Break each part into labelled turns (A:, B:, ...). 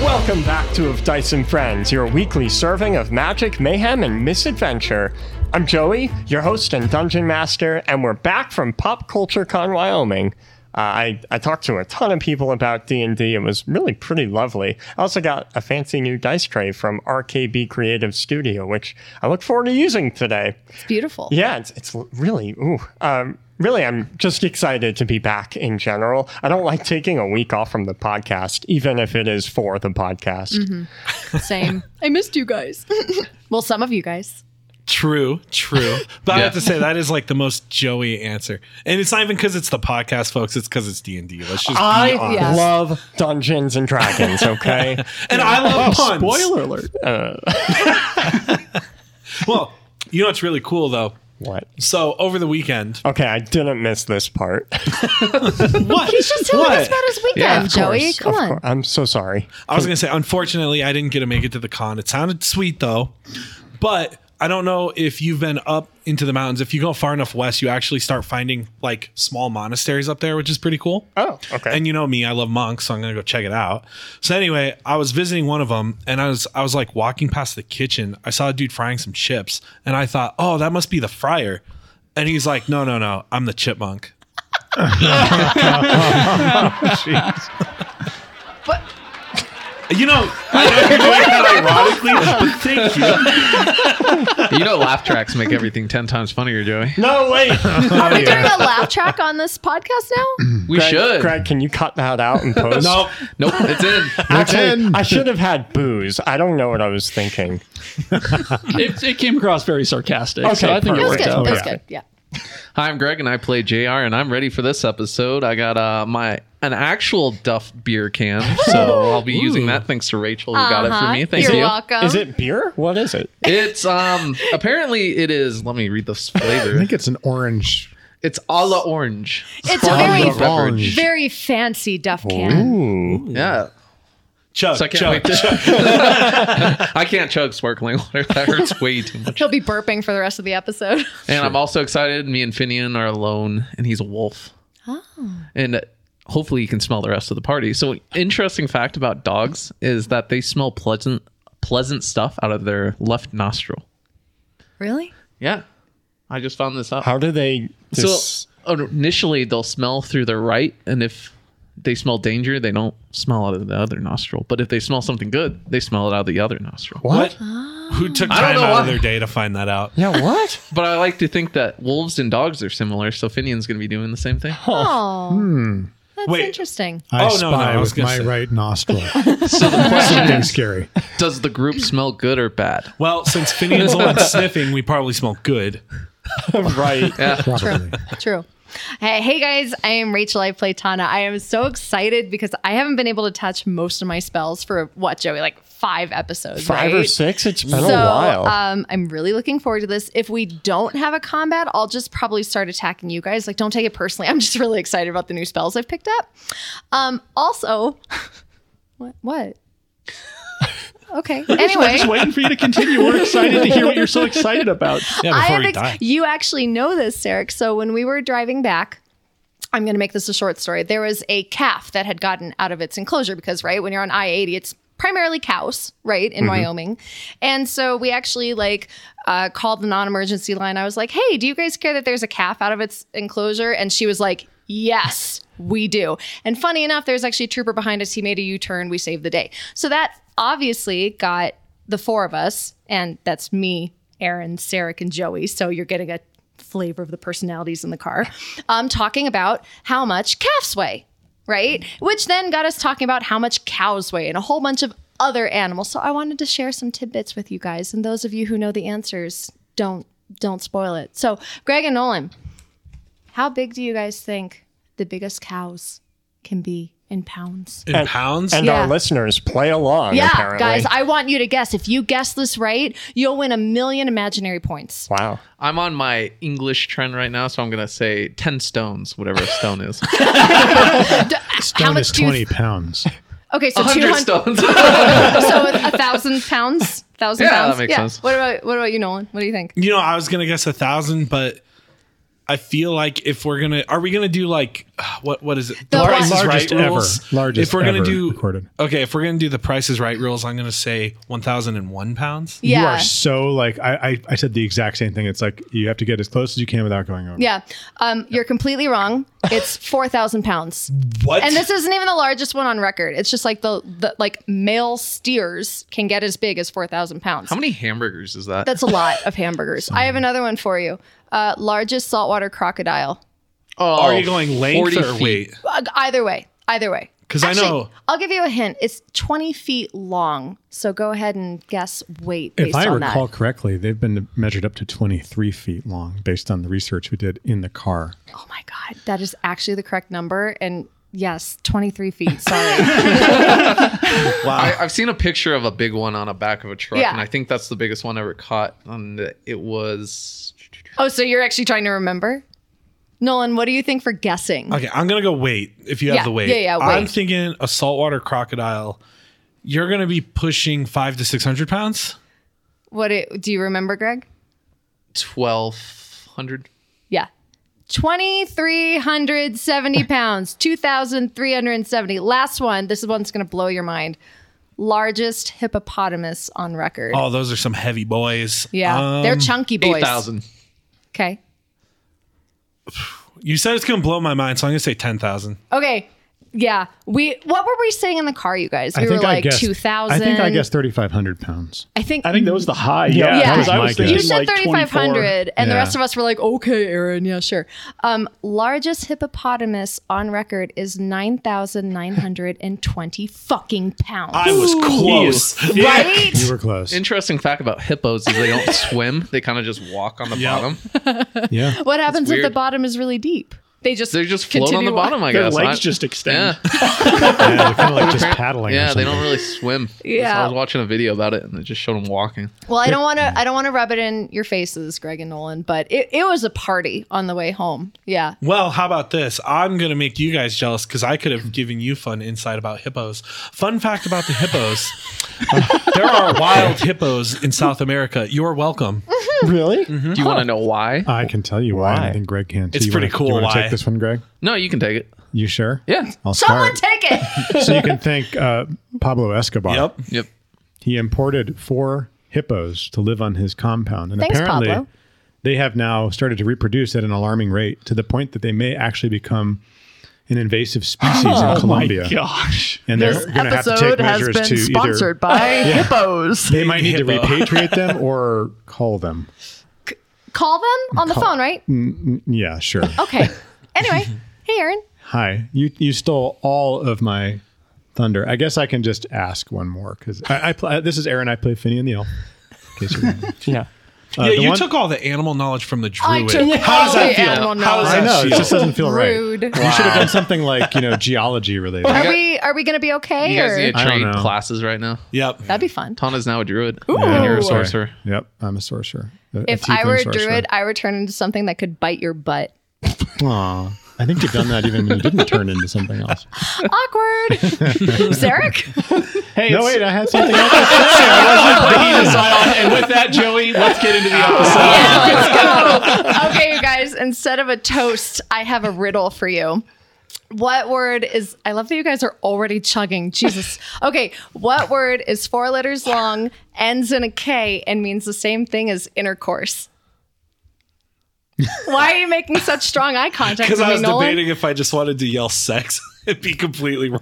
A: Welcome back to Of Dice and Friends, your weekly serving of magic, mayhem, and misadventure. I'm Joey, your host and dungeon master, and we're back from Pop Culture Con Wyoming. Uh, I, I talked to a ton of people about D&D. It was really pretty lovely. I also got a fancy new dice tray from RKB Creative Studio, which I look forward to using today.
B: It's beautiful.
A: Yeah, it's, it's really, ooh, um, really, I'm just excited to be back in general. I don't like taking a week off from the podcast, even if it is for the podcast.
B: Same. I missed you guys. well, some of you guys.
C: True, true. But I
D: Yeah.
C: have to say that is like the most Joey answer, and it's not even because it's the podcast, folks. It's because it's D and D. Let's just.
A: I
C: be honest.
B: Yeah.
A: love Dungeons and Dragons, okay?
C: And I love
A: Oh,
C: puns.
A: spoiler alert. Uh,
C: Well, you know what's really cool though.
A: what?
C: So over the weekend,
A: Okay, I didn't miss this part.
C: what?
B: He's just telling us about his weekend,
D: Yeah,
A: Of
B: Joey.
A: course,
B: Come
A: of
B: on.
A: course. I'm so sorry.
C: I was gonna say, unfortunately, I didn't get to make it to the con. It sounded sweet though, but I don't know if you've been up into the mountains. If you go far enough west, you actually start finding like small monasteries up there, which is pretty cool.
A: Oh, okay.
C: And you know me, I love monks, so I'm gonna go check it out. So anyway, I was visiting one of them, and I was I was like walking past the kitchen. I saw a dude frying some chips, and I thought, oh, that must be the fryer. And he's like, no, no, no, I'm the chipmunk.
B: But
C: You know, I know you're doing that ironically, but thank you.
D: You know, laugh tracks make everything ten times funnier, Joey.
A: no, wait.
B: are we doing a laugh track on this podcast now?
D: We
A: Greg,
D: should.
A: Greg, can you cut that out and post?
C: Nope.
D: Nope, it's in.
A: Actually,
E: in.
A: I should have had booze. I don't know what I was thinking.
F: it, it came across very sarcastic.
A: Okay,
F: so I think
A: perfect.
F: it
B: That
A: Yeah.
B: was good. That
F: worked out.
B: was
A: Okay.
B: good. Yeah.
D: Hi, I'm Greg, and I play JR, and I'm ready for this episode. I got uh, my an actual Duff beer can, so I'll be using that thanks to Rachel who got it for
B: Uh-huh.
D: me. Thank
B: You're
D: you.
B: welcome.
A: Is it beer? What is it?
D: It's um apparently it is. Let me read the
E: I
D: flavor.
E: think it's an orange.
D: It's a la orange.
B: It's a
D: Orange
B: very-
D: beverage.
B: very fancy duff can?
A: Ooh.
D: Yeah,
C: Chug,
D: so I can't
C: chug,
D: wait.
C: chug.
D: to- I can't chug sparkling water. That hurts way too much.
B: He'll be burping for the rest of the episode.
D: And I'm also excited. Me and Finian are alone, and he's a wolf. And uh, hopefully, you can smell the rest of the party. So, interesting fact about dogs is that they smell pleasant, pleasant stuff out of their left nostril.
B: Really?
D: Yeah, I just found this out.
A: How do they
D: so uh,
A: dis-
D: initially, they'll smell through their right, and if they smell danger, they don't smell out of the other nostril. But if they smell something good, they smell it out of the other nostril.
C: What? Who took
D: I don't
C: time
D: know
C: out
D: why.
C: of their day to find that out?
A: Yeah, what?
D: But I like to think that wolves and dogs are similar, so Finian's going to be doing the same thing.
B: Oh. That's
C: Wait.
B: interesting.
E: I
C: Oh, no,
E: spy
C: no, I was
E: with
C: gonna
E: my
C: say.
E: right nostril.
D: So the question
E: Something
D: is,
E: scary.
D: does the group smell good or bad?
C: Well, since Finian's the one sniffing, we probably smell good.
A: right.
E: Probably.
B: True. Hey, hey guys, I am Rachel. I play Tana. I am so excited because I haven't been able to touch most of my spells for what, Joey? Like five episodes.
A: Five or
B: right?
A: six? It's been
B: so,
A: a while.
B: Um, I'm really looking forward to this. If we don't have a combat, I'll just probably start attacking you guys. Like, don't take it personally. I'm just really excited about the new spells I've picked up. Um, also, what? What? Okay. Anyway,
F: Just waiting for you to continue. We're excited to hear what you're so excited about.
C: Yeah,
B: I
C: before
B: have
C: we
B: ex-
C: die.
B: you actually know this, Sarek. So when we were driving back, I'm going to make this a short story. There was a calf that had gotten out of its enclosure because, right, when you're on I 80, it's primarily cows, right, in
C: Mm-hmm.
B: Wyoming. And so we actually like uh, called the non emergency line. I was like, hey, do you guys care that there's a calf out of its enclosure? And she was like, yes, we do. And funny enough, there's actually a trooper behind us. He made a U turn. We saved the day. So that obviously got the four of us, and that's me, Aaron, Sarek, and Joey. So you're getting a flavor of the personalities in the car, um, talking about how much calves weigh, right? Which then got us talking about how much cows weigh and a whole bunch of other animals. So I wanted to share some tidbits with you guys, and those of you who know the answers, don't don't spoil it. So Greg and Nolan, how big do you guys think the biggest cows can be in pounds?
C: In pounds?
A: and
B: yeah.
A: our listeners play along,
B: Yeah,
A: apparently.
B: guys, I want you to guess. If you guess this right, you'll win a million imaginary points.
A: wow.
D: I'm on my English trend right now, so I'm gonna say ten stones, whatever a stone is.
E: Stone
B: much
E: is
B: do you-
E: 20 pounds.
B: Okay, so two
D: Hundred
B: hundred.
D: stones.
B: so a thousand pounds, thousand
D: Yeah, that
B: pounds.
D: makes sense.
B: What about what about you, Nolan? What do you think?
C: You know, I was going to guess a thousand, but I feel like if we're gonna, are we gonna do like what? What is it?
B: The
C: Price is
B: largest
C: Right
F: ever.
C: rules?
E: Largest
C: If we're gonna
E: ever
C: do
E: recorded.
C: okay, if we're gonna do the Price is Right rules, I'm gonna say 1,001 pounds.
E: You
B: Yeah.
E: are so like I, I I said the exact same thing. It's like you have to get as close as you can without going over.
B: Yeah. Um, you're completely wrong. It's 4,000 pounds.
C: What?
B: And this isn't even the largest one on record. It's just like the, the like male steers can get as big as 4,000 pounds.
D: How many hamburgers is that?
B: That's a lot of hamburgers. I have another one for you. Uh, largest saltwater crocodile.
D: oh,
C: are you going length
D: 40
C: or
D: feet.
C: weight?
B: Uh, Either way. Either way.
C: 'Cause I
B: Actually,
C: know-
B: I'll give you a hint. It's 20 feet long. So go ahead and guess weight based
E: If I
B: on
E: recall
B: that.
E: correctly, they've been measured up to 23 feet long based on the research we did in the car.
B: Oh my God. That is actually the correct number. And yes, 23 feet. Sorry.
D: I, I've seen a picture of a big one on a back of a truck,
B: Yeah.
D: and I think that's the biggest one ever caught. And it was
B: oh, so you're actually trying to remember? Nolan, what do you think for guessing?
C: Okay, I'm gonna go weight. If you
B: Yeah,
C: have the weight,
B: yeah, yeah,
C: I'm
B: weight.
C: thinking a saltwater crocodile. You're gonna be pushing five to six hundred pounds.
B: What it, do you remember, Greg?
D: twelve hundred.
B: Yeah. 2,370 pounds, 2,370. Last one. This is one's going to blow your mind. Largest hippopotamus on record.
C: Oh, um, those are some heavy boys. Uh,
B: yeah. They're chunky boys.
D: Eight thousand.
B: Okay.
C: You said it's gonna blow my mind, so I'm gonna say ten thousand.
B: Okay. Yeah. We, what were we saying in the car, you guys? We
E: I think
B: were
E: I
B: like
E: guessed,
B: 2,000.
E: I think I guessed 3,500 pounds.
B: I think,
F: I think that was the high.
E: Yeah,
F: Yeah,
E: that
F: because
E: was
F: I
E: my
F: was
E: guess.
F: thinking
B: you said
F: like
B: 3,500,
F: 24.
B: and the
E: Yeah.
B: rest of us were like, okay, Aaron, yeah, sure. Um, largest hippopotamus on record is 9,920 fucking pounds.
C: I was close.
B: right?
E: You were close.
D: Interesting fact about hippos is they don't swim; they kind of just walk on the
C: Yeah.
D: bottom.
E: yeah.
B: What happens if the
D: weird.
B: bottom is really deep? They just
D: They just float on
B: continue
D: the bottom. I
F: Their
D: guess
F: legs
D: I-
F: just extend.
D: Yeah,
E: yeah, they're kind of like just paddling. or
D: yeah. They don't
E: something.
D: really swim.
B: Yeah.
D: I was watching a video about it, and it just showed them walking.
B: Well, I don't want to. I don't want to rub it in your faces, Greg and Nolan. But it, it was a party on the way home. Yeah.
C: Well, how about this? I'm gonna make you guys jealous because I could have given you fun insight about hippos. Fun fact about the hippos: Uh, there are wild hippos in South America. You're welcome.
A: Really?
B: Mm-hmm.
D: Do you want to know why?
E: I can tell you why.
A: Why?
E: I think Greg can. too.
C: It's
E: You
C: pretty
E: wanna-
C: cool
E: You wanna
C: why.
E: take this one, Greg?
D: No, you can take it.
E: You sure?
D: Yeah.
E: I'll
B: Someone
E: start.
B: take it.
E: so you can thank uh, Pablo Escobar.
C: Yep.
D: Yep.
E: He imported four hippos to live on his compound, and
B: Thanks,
E: apparently
B: Pablo.
E: they have now started to reproduce at an alarming rate to the point that they may actually become an invasive species
B: Oh
E: in Colombia.
F: Gosh.
E: And they're going to have to take measures to either
B: by hippos.
E: they might need to
C: Hippo.
E: repatriate them or call them.
B: Call them on the phone, right?
E: Yeah, sure.
B: Okay. Anyway, hey Aaron.
E: Hi, you you stole all of my thunder. I guess I can just ask one more because I, I pl- uh, this is Aaron. I play Finny and the Elf. In case you're wondering.
A: Yeah.
E: Uh,
C: yeah,
E: the
C: you
E: one-
C: took all the animal knowledge from the druid.
B: Oh, took
C: How
B: all
C: does that
B: the
C: feel?
B: animal
C: How does
E: I
C: that
E: know it
C: feel?
E: just doesn't feel right.
B: Rude.
E: You should have done something like you know geology related.
B: Are we are we gonna be okay?
D: You guys
B: Or?
D: need to
E: I don't
D: trade
E: know.
D: classes right now.
C: Yep.
B: That'd be fun.
D: Tana's now a druid. And you're a
E: Sorry.
D: sorcerer.
E: Yep, I'm a sorcerer.
B: If I were a druid, I would turn into something that could bite your butt.
E: Aww. I think you've done that even when you didn't turn into something else.
B: Awkward. Zarek.
F: Hey,
E: No,
F: it's-
E: wait, I had something else. to say.
F: and with that, Joey, let's get into the
D: Oh,
B: Yeah,
F: episode.
B: let's go. Okay, you guys, instead of a toast, I have a riddle for you. What word is I love that you guys are already chugging. Jesus. Okay, what word is four letters long, ends in a K, and means the same thing as intercourse? Why are you making such strong eye contact with
C: Because I
B: me,
C: was
B: Nolan?
C: debating if I just wanted to yell sex and be completely wrong.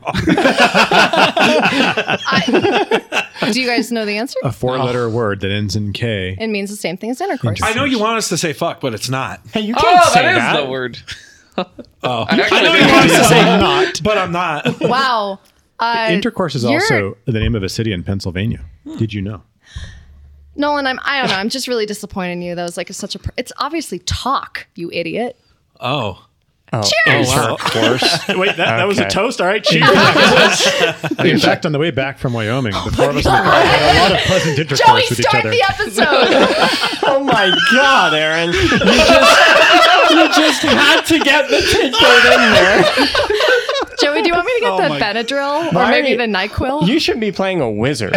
B: Do you guys know the answer?
E: A four-letter word that ends in K.
B: It means the same thing as intercourse.
C: I know you want us to say fuck, but it's not.
A: Hey,
B: Oh,
A: you can't say that.
D: the word.
C: Oh, I,
D: actually
C: know you
D: didn't
C: want us
D: know
C: to say
E: that.
C: not, but I'm not.
B: Wow. Uh,
E: Intercourse is
B: you're- Hmm.
E: also the name of a city in Pennsylvania. Did you know?
B: Nolan, I'm I don't know. I'm just really disappointed in you. That was like such a. pr- It's obviously talk, you idiot.
C: Oh,
B: Cheers.
A: Intercourse.
F: Wait, that, that was a
A: Okay.
F: toast. All right, cheers.
E: In fact, on the way back from Wyoming, the four of us in the car had a lot of pleasant intercourse
B: Oh Joey,
E: with each
B: start
E: other.
B: the episode.
A: oh my God, Aaron. You just, you just had to get the tit bit in there.
B: Joey, do you want me to
C: Oh
B: get the Benadryl or
A: Why are
B: maybe
A: you-
B: the Nyquil?
A: You should be playing a wizard.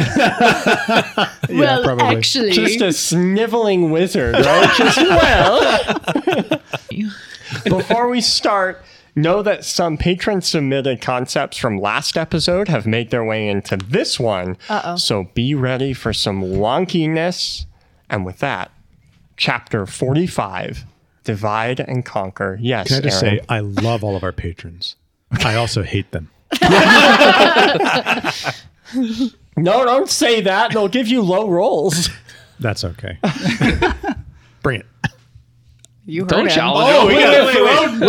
B: well,
E: probably.
B: actually,
A: Just a sniveling wizard, right? Just, well. Before we start, know that some patron submitted concepts from last episode have made their way into this one. Uh-oh. So be ready for some wonkiness. And with that, chapter 45 Divide and Conquer. Yes.
E: Can I just
A: Aaron.
E: say, I love all of our patrons. I also hate them.
A: No, don't say that. They'll give you low rolls.
E: That's okay.
A: Bring it.
B: You heard
D: Don't
B: him.
D: challenge.
C: Oh,
D: him.
C: we gotta wait,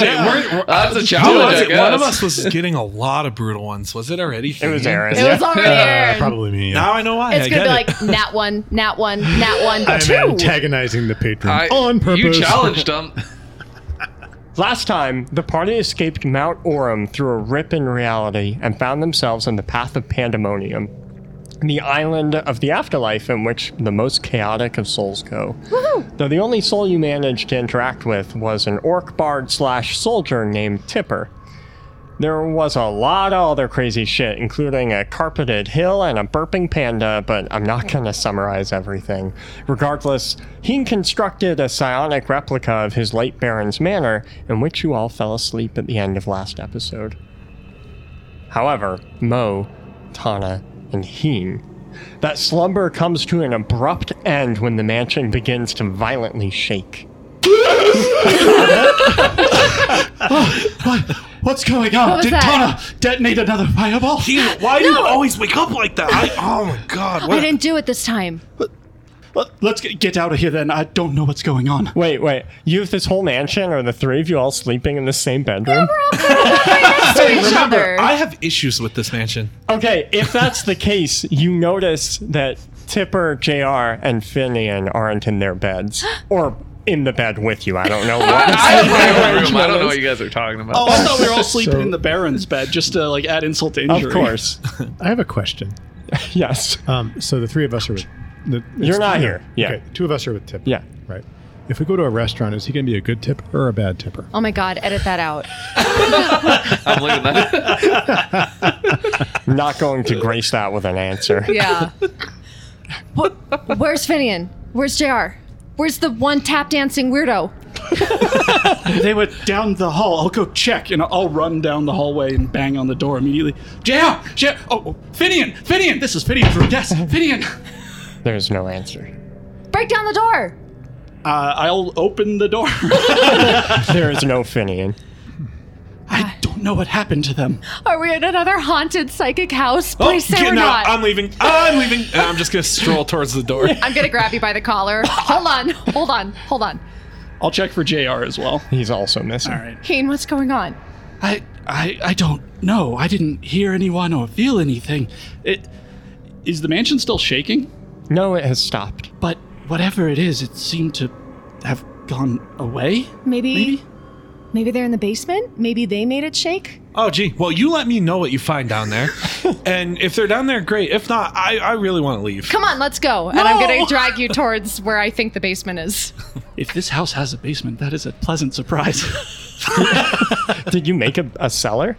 C: wait, wait.
D: That's a
C: Who was
D: challenge. I
C: it? One of
D: guess.
C: us was getting a lot of brutal ones. Was it already?
A: It was Aaron.
B: It was already Aaron.
E: Probably me.
C: Now I know why.
B: It's
C: I
B: gonna
C: get
B: be
C: it.
B: like nat one, nat one, nat one,
E: I'm
B: two.
E: antagonizing the
D: I-
E: patrons on purpose.
D: You challenged him.
A: Last time, the party escaped Mount Orem through a rip in reality and found themselves on the path of pandemonium, the island of the afterlife in which the most chaotic of souls go. Though the only soul you managed to interact with was an orc bard slash soldier named Tipper. There was a lot of other crazy shit, including a carpeted hill and a burping panda, but I'm not going to summarize everything. Regardless, he constructed a psionic replica of his late Baron's manor, in which you all fell asleep at the end of last episode. However, Mo, Tana, and Heen. That slumber comes to an abrupt end when the mansion begins to violently shake.
F: What's going on?
B: was
F: Did
B: that?
F: Tana detonate another fireball?
C: Dude, why do you always wake up like that? I, oh my god!
B: I
C: What?
B: didn't do it this time.
F: Let- Let's get get out of here then. I don't know what's going on.
A: Wait, wait. You have this whole mansion, or the three of you all sleeping in the same bedroom?
B: To each other.
C: I have issues with this mansion.
A: Okay, if that's the case, you notice that Tipper, JR, and Finian aren't in their beds or in the bed with you. I don't know what.
D: I have my own room. I don't know what you guys are talking about.
F: Oh, I thought we were all sleeping
E: So-
F: in the Baron's bed just to like add insult to injury.
A: of course.
E: I have a question.
A: Yes.
E: Um, so the three of us are with. The, it's-
A: You're not here. Yeah.
E: Okay. Two of us are with Tipper.
A: Yeah.
E: Right. If we go to a restaurant, is he going to be a good tipper or a bad tipper?
B: oh my god, edit that out.
D: I'm leaving that.
A: I'm not going to grace that with an answer.
B: Yeah. Wh- Where's Finian? Where's Jr? Where's the one tap dancing weirdo?
F: They were down the hall. I'll go check and I'll run down the hallway and bang on the door immediately. JR! JR! Oh, Finian! Finian! This is Finian's room. Yes, Finian!
A: There's no answer.
B: Break down the door.
F: Uh, I'll open the door.
A: There is no Finian.
F: I don't know what happened to them.
B: Are we at another haunted psychic house?
F: Oh,
B: Please say
C: get-
B: we're
C: no,
B: not.
F: um,
C: I'm leaving. I'm leaving. And I'm just gonna stroll towards the door.
B: I'm gonna grab you by the collar. Hold on, hold on, hold on.
F: I'll check for JR as well.
A: He's also missing.
F: All right.
B: Kane, what's going on?
F: I, I, I don't know. I didn't hear anyone or feel anything. It, is the mansion still shaking?
A: No, it has stopped.
F: But whatever it is, it seemed to have gone away.
B: Maybe,
F: Maybe.
B: maybe, they're in the basement. Maybe they made it shake.
C: Oh, gee. Well, you let me know what you find down there, and if they're down there, great. If not, I, I really want to leave.
B: Come on, let's go. And I'm gonna
F: No.
B: drag you towards where I think the basement is.
F: If this house has a basement, that is a pleasant surprise.
A: Did you make a, a cellar?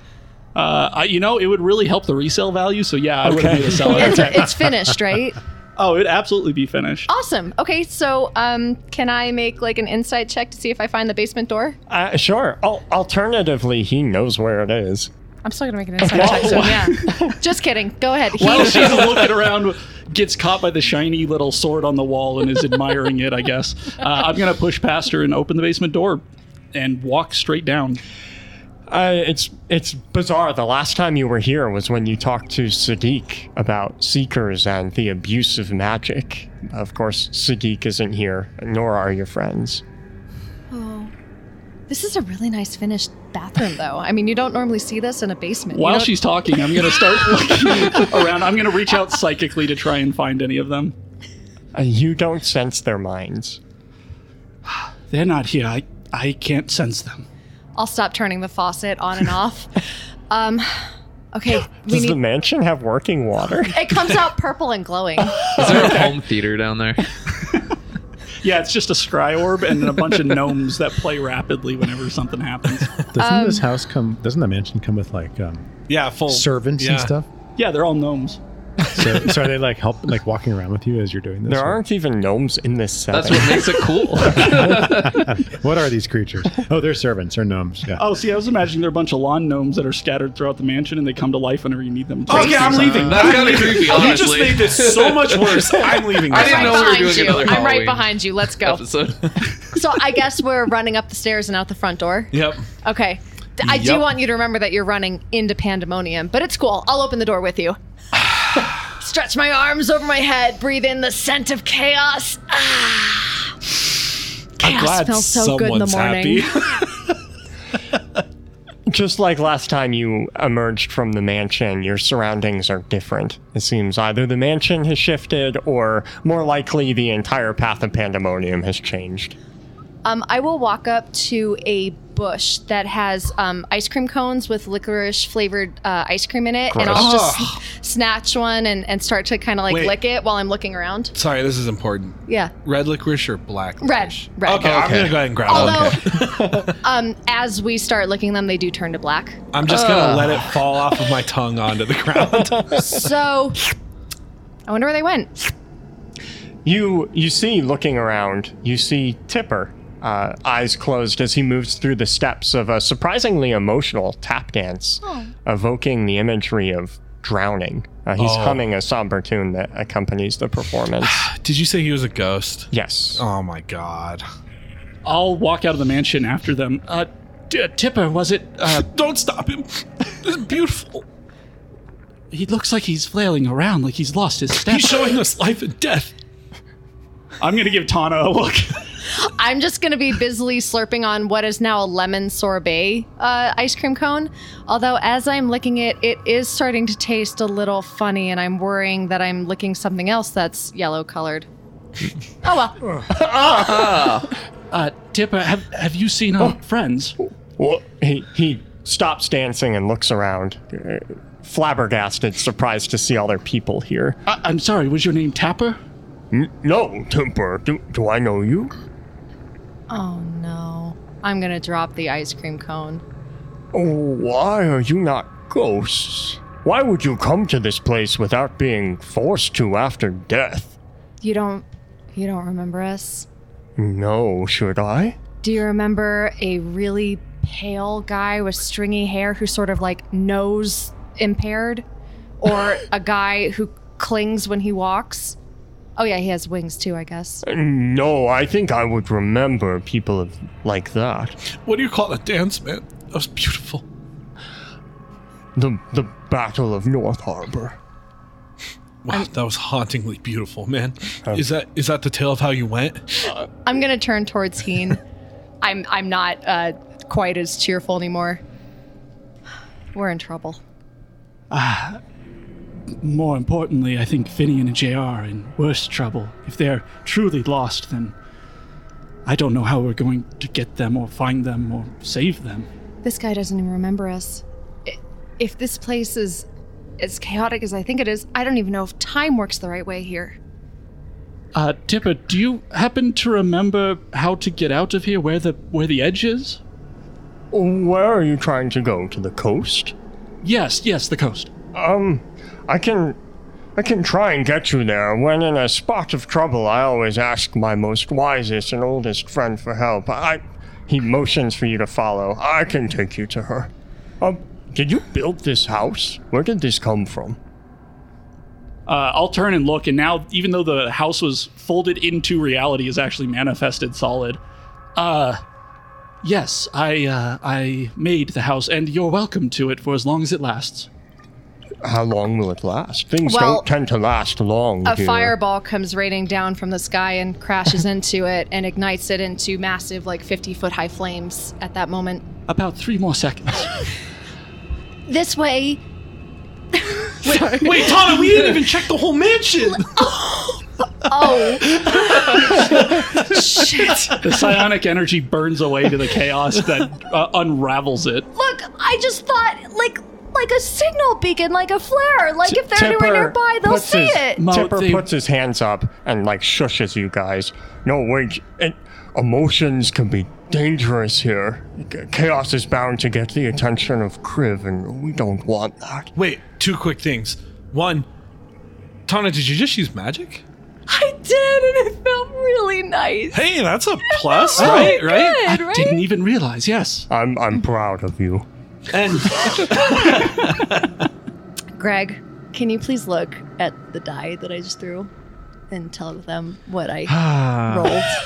F: uh, I, you know, it would really help the resale value. So yeah, I would
A: Okay.
F: be able to sell
B: It's,
F: it.
B: it's finished, right?
F: Oh, it'd absolutely be finished.
B: Awesome. Okay, so um, can I make like an insight check to see if I find the basement door?
A: Uh, sure. Al- alternatively, he knows where it is.
B: I'm still gonna make an insight check. So yeah, just kidding. Go ahead. He-
F: While she's looking around, gets caught by the shiny little sword on the wall and is admiring it. I guess uh, I'm gonna push past her and open the basement door and walk straight down.
A: Uh, it's it's bizarre. The last time you were here was when you talked to Sadiq about seekers and the abuse of magic. Of course, Sadiq isn't here, nor are your friends.
B: this is a really nice finished bathroom, though. I mean, you don't normally see this in a basement. You
F: While
B: don't-
F: she's talking, I'm gonna start looking around. I'm gonna reach out psychically to try and find any of them.
A: Uh, you don't sense their minds.
F: They're not here. I I can't sense them.
B: I'll stop turning the faucet on and off. um, okay, we
A: Does the
B: need.
A: mansion have working water?
B: It comes out purple and glowing.
D: Is there a home theater down there?
F: Yeah, it's just a scry orb and a bunch of gnomes that play rapidly whenever something happens.
E: Doesn't this house come? Doesn't the mansion come with like um,
C: Yeah, full
E: servants
C: yeah.
E: and stuff?
F: Yeah, they're all gnomes.
E: So, so are they like help like walking around with you as you're doing this?
A: There
E: Or-
A: aren't even gnomes in this setting.
D: That's what makes it cool.
E: What are these creatures? Oh, they're servants or gnomes. Yeah.
F: Oh, see, I was imagining there are a bunch of lawn gnomes that are scattered throughout the mansion, and they come to life whenever you need them. to.
C: Okay, I'm leaving.
D: That's kind of creepy,
C: you just
D: honestly.
C: made this so much worse. I'm leaving.
D: I
C: this
B: Right
D: didn't know
C: house.
D: we were
B: behind
D: doing
B: you.
D: another
B: I'm right
D: Halloween
B: behind you. Let's go.
D: episode.
B: So I guess we're running up the stairs and out the front door.
C: Yep.
B: Okay. D- I do
C: Yep.
B: want you to remember that you're running into pandemonium, but it's cool. I'll open the door with you. Stretch my arms over my head, breathe in the scent of chaos. Ah. Chaos smells so good in the morning.
A: Just like last time you emerged from the mansion, your surroundings are different. It seems either the mansion has shifted, or more likely, the entire path of pandemonium has changed.
B: Um, I will walk up to a bush that has um, ice cream cones with licorice flavored uh, ice cream in it, and I'll just
C: Gross.
B: sn- snatch one and, and start to kind of like
C: Wait.
B: lick it while I'm looking around.
C: Sorry, this is important.
B: Yeah.
C: Red licorice or black
B: Red.
C: licorice?
B: Red.
C: Okay, I'm
D: Okay.
C: gonna go ahead and grab one.
B: Although, um, as we start licking them, they do turn to black.
C: I'm just gonna let it fall off of my tongue onto the ground.
B: So, I wonder where they went.
A: You you see, looking around, you see Tipper, uh, eyes closed as he moves through the steps of a surprisingly emotional tap dance, evoking the imagery of drowning. Uh, he's
C: Oh.
A: humming a somber tune that accompanies the performance.
C: Did you say he was a ghost?
A: yes.
C: Oh my god.
F: I'll walk out of the mansion after them. Uh, T- uh, Tipper, was it? Uh,
C: Don't stop him. This is beautiful.
F: he looks like he's flailing around, like he's lost his step.
C: He's showing us life and death.
F: I'm gonna give Tana a look.
B: I'm just going to be busily slurping on what is now a lemon sorbet uh, ice cream cone. Although, as I'm licking it, it is starting to taste a little funny, and I'm worrying that I'm licking something else that's yellow colored. oh, well.
F: Uh, Tipper, have, have you seen our friends?
A: Well, he he stops dancing and looks around, uh, flabbergasted, surprised to see all their people here.
C: Uh.
F: I, I'm sorry, was your name Tapper?
A: No, Timber, do, do I know you?
B: Oh, no. I'm going to drop the ice cream cone.
A: Oh, why are you not ghosts? Why would you come to this place without being forced to after death?
B: You don't. You don't remember us?
A: No, should I?
B: Do you remember a really pale guy with stringy hair who's sort of like nose impaired? Or a guy who clings when he walks? Oh, yeah, he has wings too, I guess.
A: No, I think I would remember people of, like that.
C: What do you call that dance, man? That was beautiful.
A: The the Battle of North Harbor.
C: Wow, that was hauntingly beautiful, man. is that is that the tale of how you went?
B: I'm going to turn towards Heen. I'm, I'm not uh, quite as cheerful anymore. We're in trouble.
F: More importantly, I think Finian and JR are in worse trouble. If they're truly lost, then I don't know how we're going to get them or find them or save them.
B: This guy doesn't even remember us. I- If this place is as chaotic as I think it is, I don't even know if time works the right way here.
F: Uh, Tipper, do you happen to remember how to get out of here? Where the where the edge is?
A: Where are you trying to go? To the coast?
F: Yes, yes, the coast.
A: Um, I can, I can try and get you there. When in a spot of trouble, I always ask my most wisest and oldest friend for help. I, he motions for you to follow. I can take you to her. Um, did you build this house? Where did this come from?
F: Uh, I'll turn and look, and now even though the house was folded into reality, is actually manifested solid. Uh, yes, I uh, I made the house, and you're welcome to it for as long as it lasts.
A: How long will it last? Things
B: Well,
A: don't tend to last long.
B: a
A: here.
B: fireball comes raining down from the sky and crashes into it and ignites it into massive, like 50 foot high flames at that moment.
F: About three more seconds.
B: This way.
C: Wait, Tana, we didn't even check the whole mansion.
B: Oh. Shit.
F: the psionic energy burns away to the chaos that uh, unravels it.
B: Look, I just thought, like, like a signal beacon, like a flare. Like, if they're
A: Tipper
B: anywhere nearby, they'll
A: puts
B: see
A: his-
B: it.
F: Mo-
A: Tipper
F: they-
A: puts his hands up and like shushes you guys. No, wait. It, emotions can be dangerous here. Ch- Chaos is bound to get the attention of Kriv, and we don't want that.
C: Wait, two quick things. One, Tana, did you just use magic?
B: I did, and it felt really nice.
C: Hey, that's a plus,
B: Oh,
C: right? Right?
B: Good,
F: I
B: right?
F: didn't even realize. Yes.
A: I'm I'm proud of you.
F: And
B: Greg, can you please look at the die that I just threw and tell them what I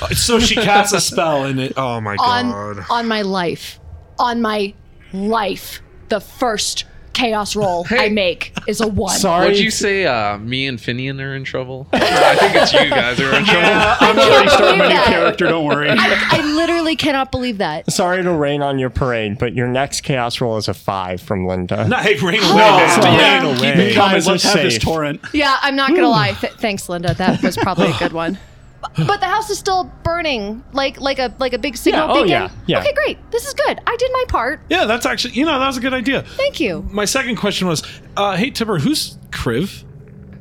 B: rolled
C: So she casts a spell and it. Oh my
B: on
C: god.
B: on my life, on my life? The first chaos roll I make is a one.
A: Sorry.
D: Would you say uh, me and Finian are in trouble? I think it's you guys are in trouble.
F: I'm
B: can't
F: already starting my
B: believe
F: new
B: that.
F: character. Don't worry.
B: I, I literally cannot believe that.
A: Sorry to rain on your parade, but your next chaos roll is a five from Linda.
C: No, hey, rain away,
A: it's not
C: man. Rain
A: rain
C: away.
A: away.
F: Hey,
A: You
F: guys,
A: guys are
F: let's have this
A: safe.
F: torrent.
B: Yeah, I'm not gonna lie. Th- thanks, Linda. That was probably a good one. B- But the house is still burning, like like a like a big signal
A: Yeah, oh,
B: beacon.
A: yeah, yeah.
B: Okay, great. This is good. I did my part.
C: Yeah, that's actually. You know, that was a good idea.
B: Thank you.
C: My second question was, uh, hey Tibber, who's Kriv?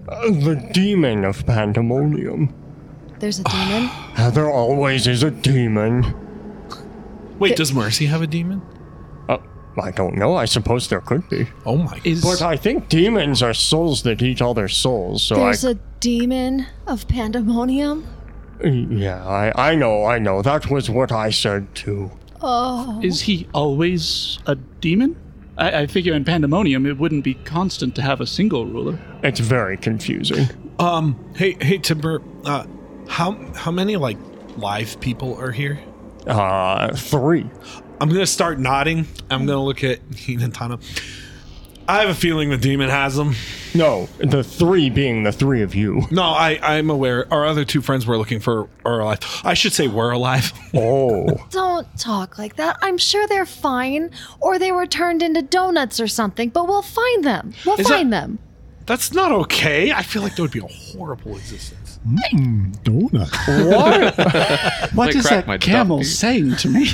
A: The demon of pandemonium.
B: There's a
A: Oh,
B: demon.
A: There always is a demon.
C: Wait, does Mercy have a demon?
A: Uh, I don't know. I suppose there could be.
C: Oh my. Is
A: But I think demons are souls that eat other souls. So
B: There's
A: I,
B: a demon of pandemonium.
A: yeah, I, I know, I know. That was what I said too.
B: Oh,
F: Is he always a demon? I, I figure in Pandemonium it wouldn't be constant to have a single ruler.
A: It's very confusing.
C: um, hey, hey Tibber, uh, how how many like live people are here?
A: Uh, three.
C: I'm gonna start nodding. I'm gonna look at Heen and Tana. I have a feeling the demon has them.
A: No, the three being the three of you.
C: No, I I'm aware. Our other two friends were looking for are alive. I should say we're alive.
A: Oh,
B: don't talk like that. I'm sure they're fine, or they were turned into donuts or something. But we'll find them. We'll
C: Is that-
B: find them.
C: That's not okay. I feel like that would be a horrible existence.
E: Donut.
F: What
D: They
F: is
D: cracked
F: that
D: my
F: camel
D: duck, dude.
F: saying to me?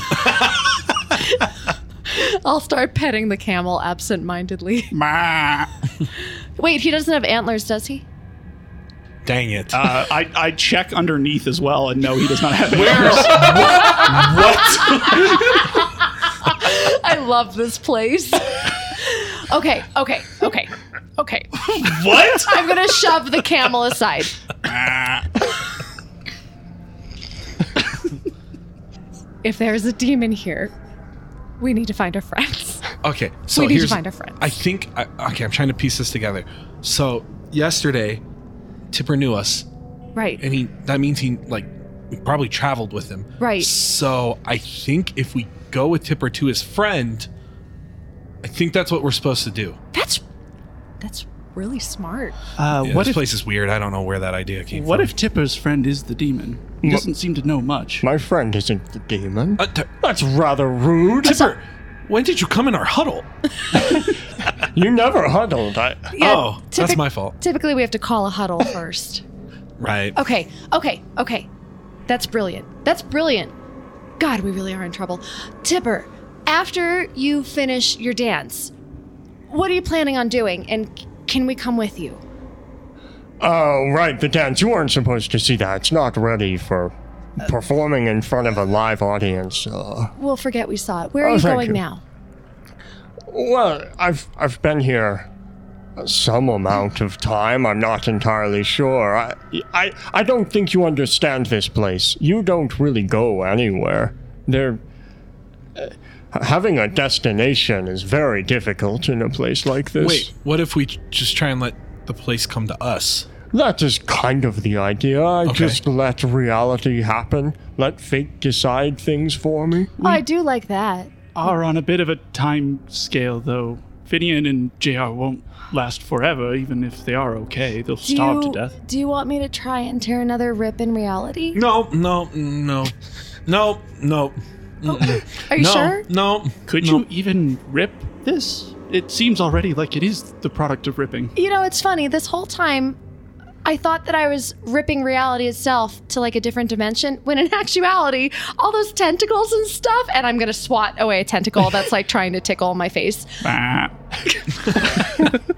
B: I'll start petting the camel absent-mindedly.
F: uh,
B: Wait, he doesn't have antlers, does he?
C: Dang it.
B: Uh,
F: Uh, I, I check underneath as well, and no, he does not have any.
B: I love this place. okay, okay, okay, okay.
F: What?
B: I'm gonna shove the camel aside. if there's a demon here, we need to find our friends.
C: Okay, so
B: need to
C: here's,
B: find our friends.
C: I think. I, okay, I'm trying to piece this together. So yesterday, Tipper knew us,
B: Right.
C: and he that means he like we probably traveled with him.
B: Right.
C: So I think if we go with Tipper to his friend, I think that's what we're supposed to do.
B: That's that's really smart.
F: Uh,
C: Yeah,
F: what
C: this
F: if
C: place is weird. I don't know where that idea came
F: what
C: from.
F: if Tipper's friend is the demon? He
A: Mo-
F: doesn't seem to know much.
A: my friend isn't the demon.
C: Uh, Ti-
A: That's rather rude.
C: Tipper, when did you come in our huddle?
A: You never huddled. I,
C: oh, that's
B: typic-
C: my fault.
B: Typically, we have to call a huddle first.
C: Right.
B: Okay, okay, okay. That's brilliant. That's brilliant. God, we really are in trouble. Tipper, after you finish your dance, what are you planning on doing? And c- can we come with you?
A: Oh, right, the dance. You weren't supposed to see that. It's not ready for performing in front of a live audience. Uh,
B: We'll forget we saw it. Where are
A: Oh,
B: you
A: thank
B: going
A: you.
B: now?
A: well, I've I've been here some amount of time. I'm not entirely sure. I I I don't think you understand this place. You don't really go anywhere. There. Uh, having a destination is very difficult in a place like this.
C: Wait. What if we j- just try and let the place come to us?
A: That is kind of the idea. I just let reality happen, let fate decide things for me.
B: Oh, I do like that.
F: Are on a bit of a time scale, though. Finian and JR won't last forever, even if they are okay. They'll
B: Do
F: starve
B: you,
F: to death.
B: Do you want me to try and tear another rip in reality?
C: No, no, no, no, no.
B: Oh, Are you
C: no,
B: sure?
C: No.
F: Could
C: no.
F: you even rip this? It seems already like it is the product of ripping.
B: You know, it's funny. This whole time, I thought that I was ripping reality itself to like a different dimension, when in actuality, all those tentacles and stuff, and I'm going to swat away a tentacle that's like trying to tickle my face.
F: Bah.
B: It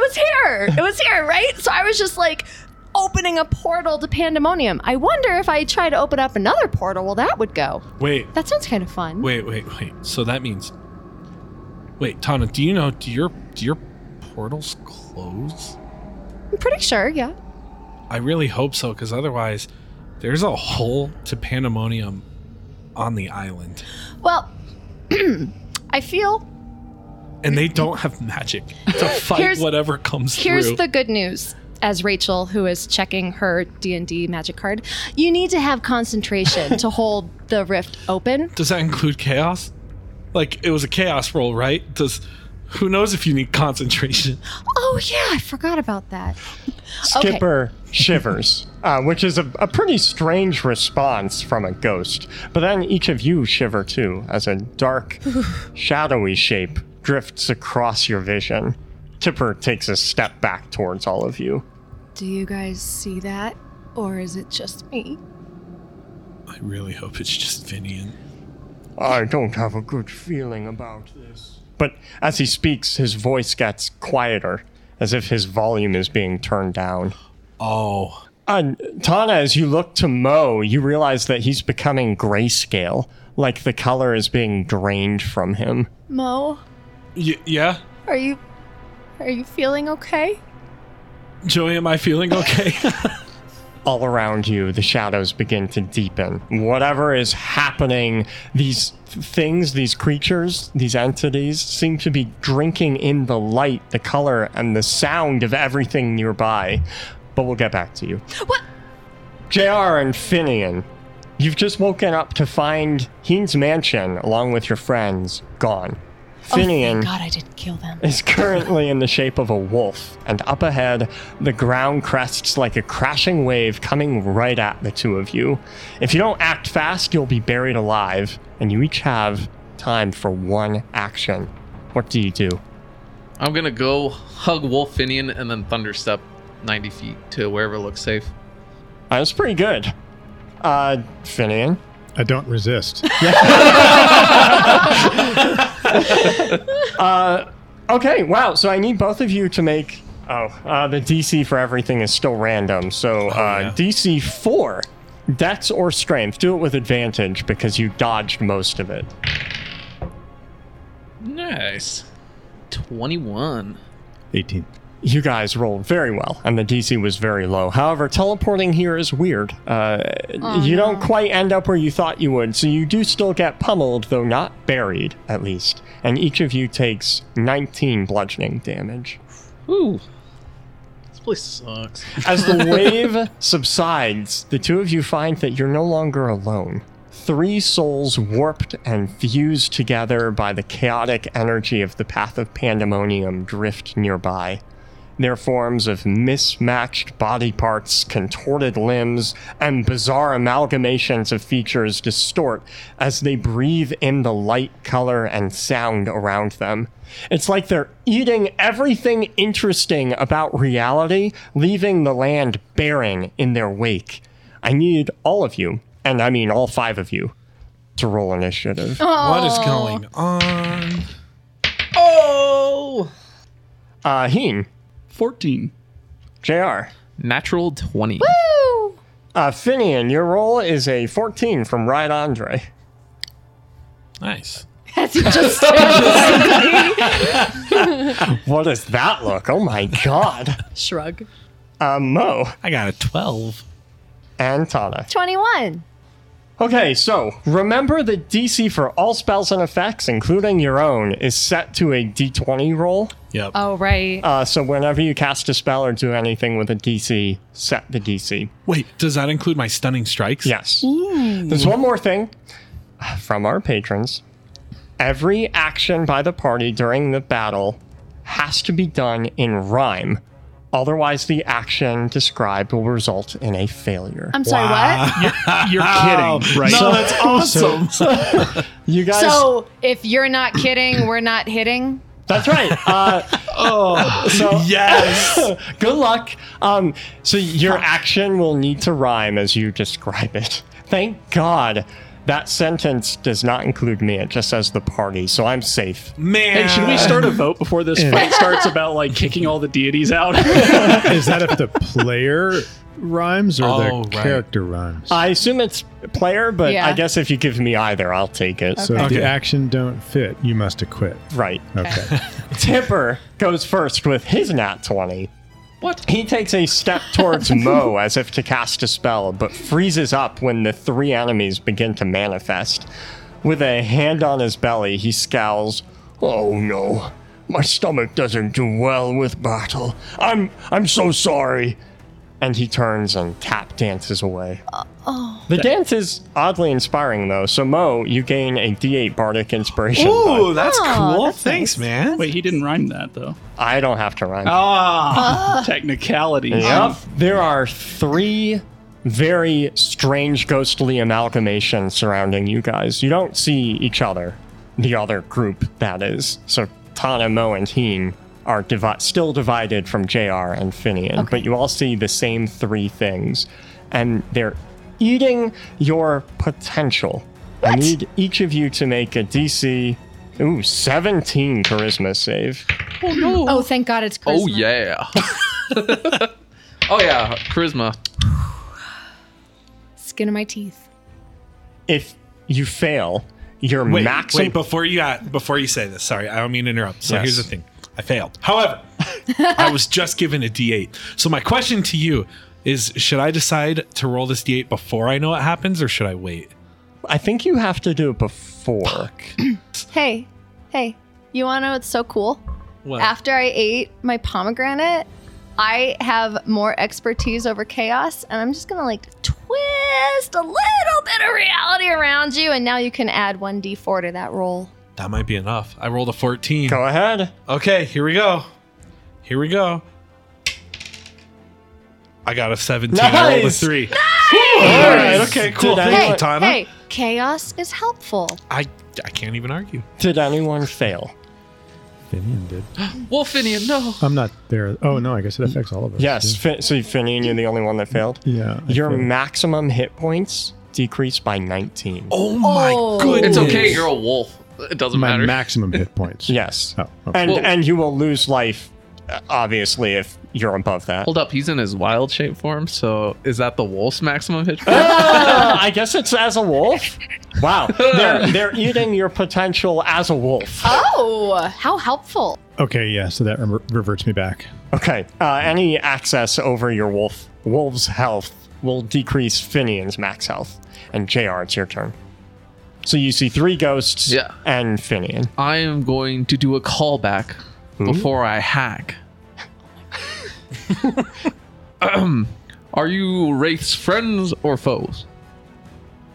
B: was here. It was here, right? So I was just like opening a portal to pandemonium. I wonder if I try to open up another portal, well, that would go.
C: Wait,
B: That sounds kind of fun.
C: wait, wait, wait. So that means. Wait, Tana, do you know? Do your do your portals close?
B: I'm pretty sure, yeah.
C: I really hope so, because otherwise, there's a hole to pandemonium on the island,
B: Well, I feel
C: and they don't have magic to fight
B: Here's-
C: whatever comes
B: here's
C: through.
B: the good news. As Rachel, who is checking her D and D magic card, you need to have concentration to hold the rift open.
C: Does that include chaos? Like it was a chaos roll, right? Does who knows if you need concentration?
B: Oh yeah, I forgot about that. Okay.
A: Skipper shivers, uh, which is a, a pretty strange response from a ghost. But then each of you shiver too, as a dark, shadowy shape drifts across your vision. Tipper takes a step back towards all of you.
B: Do you guys see that, or is it just me?
C: I really hope it's just Finian.
A: I don't have a good feeling about this. But as he speaks, his voice gets quieter, as if his volume is being turned down.
C: Oh,
A: And Tana, as you look to Mo, you realize that he's becoming grayscale, like the color is being drained from him.
B: Mo,
C: y- yeah.
B: are you are you feeling okay?
C: Joey, am I feeling okay?
A: All around you, the shadows begin to deepen. Whatever is happening, these things, these creatures, these entities seem to be drinking in the light, the color, and the sound of everything nearby. But we'll get back to you.
B: What?
A: JR and Finian, you've just woken up to find Heen's mansion, along with your friends, gone. Finian
B: God, I didn't kill them.
A: is currently in the shape of a wolf, and up ahead, the ground crests like a crashing wave coming right at the two of you. If you don't act fast, you'll be buried alive, and you each have time for one action. What do you do?
D: I'm gonna go hug Wolf Finian and then thunderstep 90 feet to wherever looks safe.
A: Uh, that's pretty good. Uh, Finian?
E: I don't resist.
A: Okay, wow. So I need both of you to make. Oh, uh, the DC for everything is still random. So uh,
C: yeah.
A: DC 4, dex or strength. Do it with advantage because you dodged most of it.
D: Nice. 21.
E: 18.
A: You guys rolled very well, and the DC was very low. However, teleporting here is weird. Uh, you don't quite end up where you thought you would, so you do still get pummeled, though not buried, at least. And each of you takes 19 bludgeoning damage.
D: Ooh. This place sucks.
A: As the wave subsides, the two of you find that you're no longer alone. Three souls warped and fused together by the chaotic energy of the path of pandemonium drift nearby. Their forms of mismatched body parts, contorted limbs, and bizarre amalgamations of features distort as they breathe in the light, color, and sound around them. It's like they're eating everything interesting about reality, leaving the land barren in their wake. I need all of you, and I mean all five of you, to roll initiative.
C: what is going on?
D: Oh!
A: Uh, Heen,
F: 14.
A: JR.
D: Natural 20.
B: Woo!
A: Uh, Finian, your roll is a 14 from Ride Andre.
C: Nice.
B: As you just
A: What does that look? Oh my god.
B: shrug.
A: Uh, Mo
C: I got a 12.
A: and Tana.
B: Twenty-one.
A: Okay, so remember that DC for all spells and effects, including your own, is set to a d20 roll.
C: Yep.
B: Oh right.
A: Uh, so whenever you cast a spell or do anything with a DC, set the DC.
C: Wait, does that include my stunning strikes?
A: Yes. There's one more thing from our patrons. Every action by the party during the battle has to be done in rhyme. Otherwise, the action described will result in a failure.
B: I'm sorry. What?
F: You're kidding, right?
C: No, that's awesome.
A: you guys,
B: So if you're not kidding, we're not hitting.
A: that's right. Uh, oh, so
C: yes.
A: good luck. Um, so your action will need to rhyme as you describe it. Thank God that sentence does not include me. It just says the party, so I'm safe.
C: Man.
F: Hey, should we start a vote before this fight starts about like kicking all the deities out?
E: Is that if the player rhymes or the
C: Oh, right.
E: character rhymes?
A: I assume it's player, but
B: Yeah.
A: I guess if you give me either, I'll take it.
E: so if
C: Okay.
E: the action don't fit, you must acquit.
A: Right.
E: Okay.
A: Tipper goes first with his nat 20. He takes a step towards Mo as if to cast a spell, but freezes up when the three enemies begin to manifest. With a hand on his belly, he scowls. Oh no, my stomach doesn't do well with battle. I'm I'm so sorry. And he turns and tap dances away. The dance is oddly inspiring though. So Mo, you gain a D8 bardic inspiration. die.
C: Ooh, that's
B: Oh,
C: cool.
B: that's
C: Thanks, man.
F: Wait, he didn't rhyme that though.
A: I don't have to rhyme.
F: Ah, technicalities.
A: Yep. Um, There are three very strange ghostly amalgamations surrounding you guys. You don't see each other, the other group, that is. So Tana, Mo, and Heen are divi- still divided from JR and Finian, but you all see the same three things. And they're eating your potential. I need each of you to make a DC, ooh, 17 charisma save.
B: Oh, thank God it's charisma.
D: Oh yeah. oh yeah, charisma.
B: Skin of my teeth.
A: If you fail, your
C: Wait,
A: maximum.
C: wait, before you got before you say this, sorry, I don't mean to interrupt. So
A: Yes.
C: here's the thing. I failed. However, I was just given a D8. So my question to you is should I decide to roll this D8 before I know what happens or should I wait?
A: I think you have to do it before.
B: Hey, hey, you want to know what's so cool?
C: What?
B: After I ate my pomegranate, I have more expertise over chaos, and I'm just gonna like twist a little bit of reality around you, and now you can add one d4 to that roll.
C: That might be enough. I rolled a 14.
A: Go ahead.
C: Okay, here we go. Here we go. I got a 17. I rolled a
A: Nice!
C: 3.
A: All
C: right, okay, cool.
A: Did,
C: Thank
A: anyone,
B: Hey,
C: Tana?
B: hey, chaos is helpful.
C: I I can't even argue.
A: did anyone fail?
E: Finian did.
D: Wolfinian, no.
E: I'm not there. Oh no, I guess it affects all of us.
A: Yes. Fin- so Finian, you're the only one that failed.
E: Yeah. I
A: Your
E: failed.
A: maximum hit points decrease by 19.
C: Oh my
B: Oh.
C: goodness.
D: It's okay, you're a wolf. It doesn't
E: my
D: matter.
E: maximum hit points.
A: Yes.
E: Oh, okay.
A: And
D: Well-
A: and you will lose life, uh, obviously, if you're above that.
D: Hold up, he's in his wild shape form, so is that the wolf's maximum hit?
A: Ah, I guess it's as a wolf. Wow. They're, they're eating your potential as a wolf.
B: Oh, how helpful.
E: Okay. Yeah. So that re- reverts me back.
A: Okay. Uh, any access over your wolf wolf's health will decrease Finian's max health. And Jr, it's your turn. So you see three ghosts
D: Yeah.
A: and Finian.
D: I am going to do a callback before I hack. Ahem. Are you Wraith's friends or foes?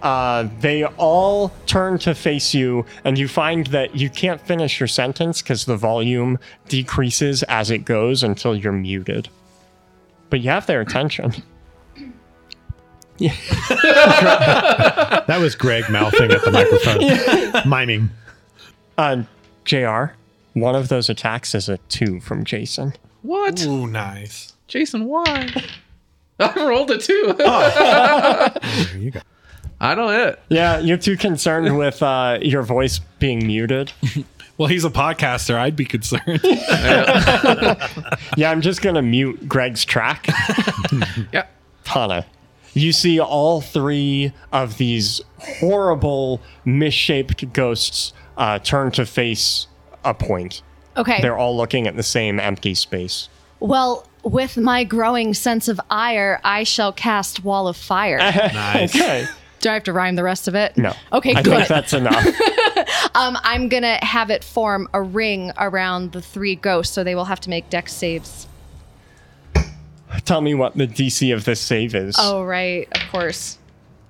A: Uh, they all turn to face you, and you find that you can't finish your sentence because the volume decreases as it goes until you're muted. But you have their attention.
E: That was Greg mouthing at the microphone, miming.
A: Uh, Jr, one of those attacks is a two from Jason.
D: What?
C: Ooh, nice.
D: Jason, why? I rolled a two.
E: There you go.
D: I don't hit.
A: Yeah, you're too concerned with uh, your voice being muted.
C: Well, he's a podcaster. I'd be concerned.
A: Yeah, I'm just gonna mute Greg's track.
D: Yeah.
A: Tana, you see all three of these horrible, misshaped ghosts uh, turn to face a point.
B: Okay.
A: They're all looking at the same empty space.
B: Well, with my growing sense of ire, I shall cast Wall of Fire.
C: nice.
A: Okay.
B: Do I have to rhyme the rest of it?
A: Eh. No.
B: Okay,
A: I
B: good.
A: think that's enough.
B: Um, I'm gonna have it form a ring around the three ghosts, so they will have to make dex saves.
A: Tell me what the DC of this save is.
B: Oh, right, of course.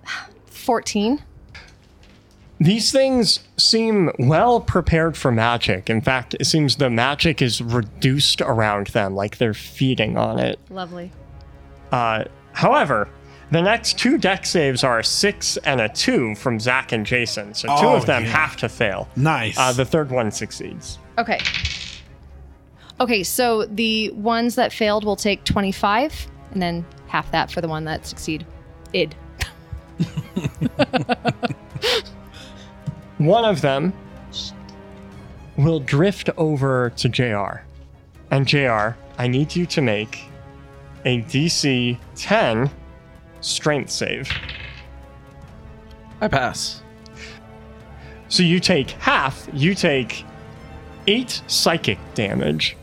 B: Fourteen.
A: These things seem well prepared for magic. In fact, it seems the magic is reduced around them, like they're feeding on it.
B: Lovely.
A: Uh, however, the next two deck saves are a six and a two from Zach and Jason, so two
C: Oh,
A: of them
C: yeah.
A: have to fail.
C: Nice.
A: Uh, the third one succeeds.
B: Okay. Okay, so the ones that failed will take twenty-five, and then half that for the one that succeed. Id.
A: One of them will drift over to JR. And JR, I need you to make a DC 10 strength save.
D: I pass.
A: So you take half, you take eight psychic damage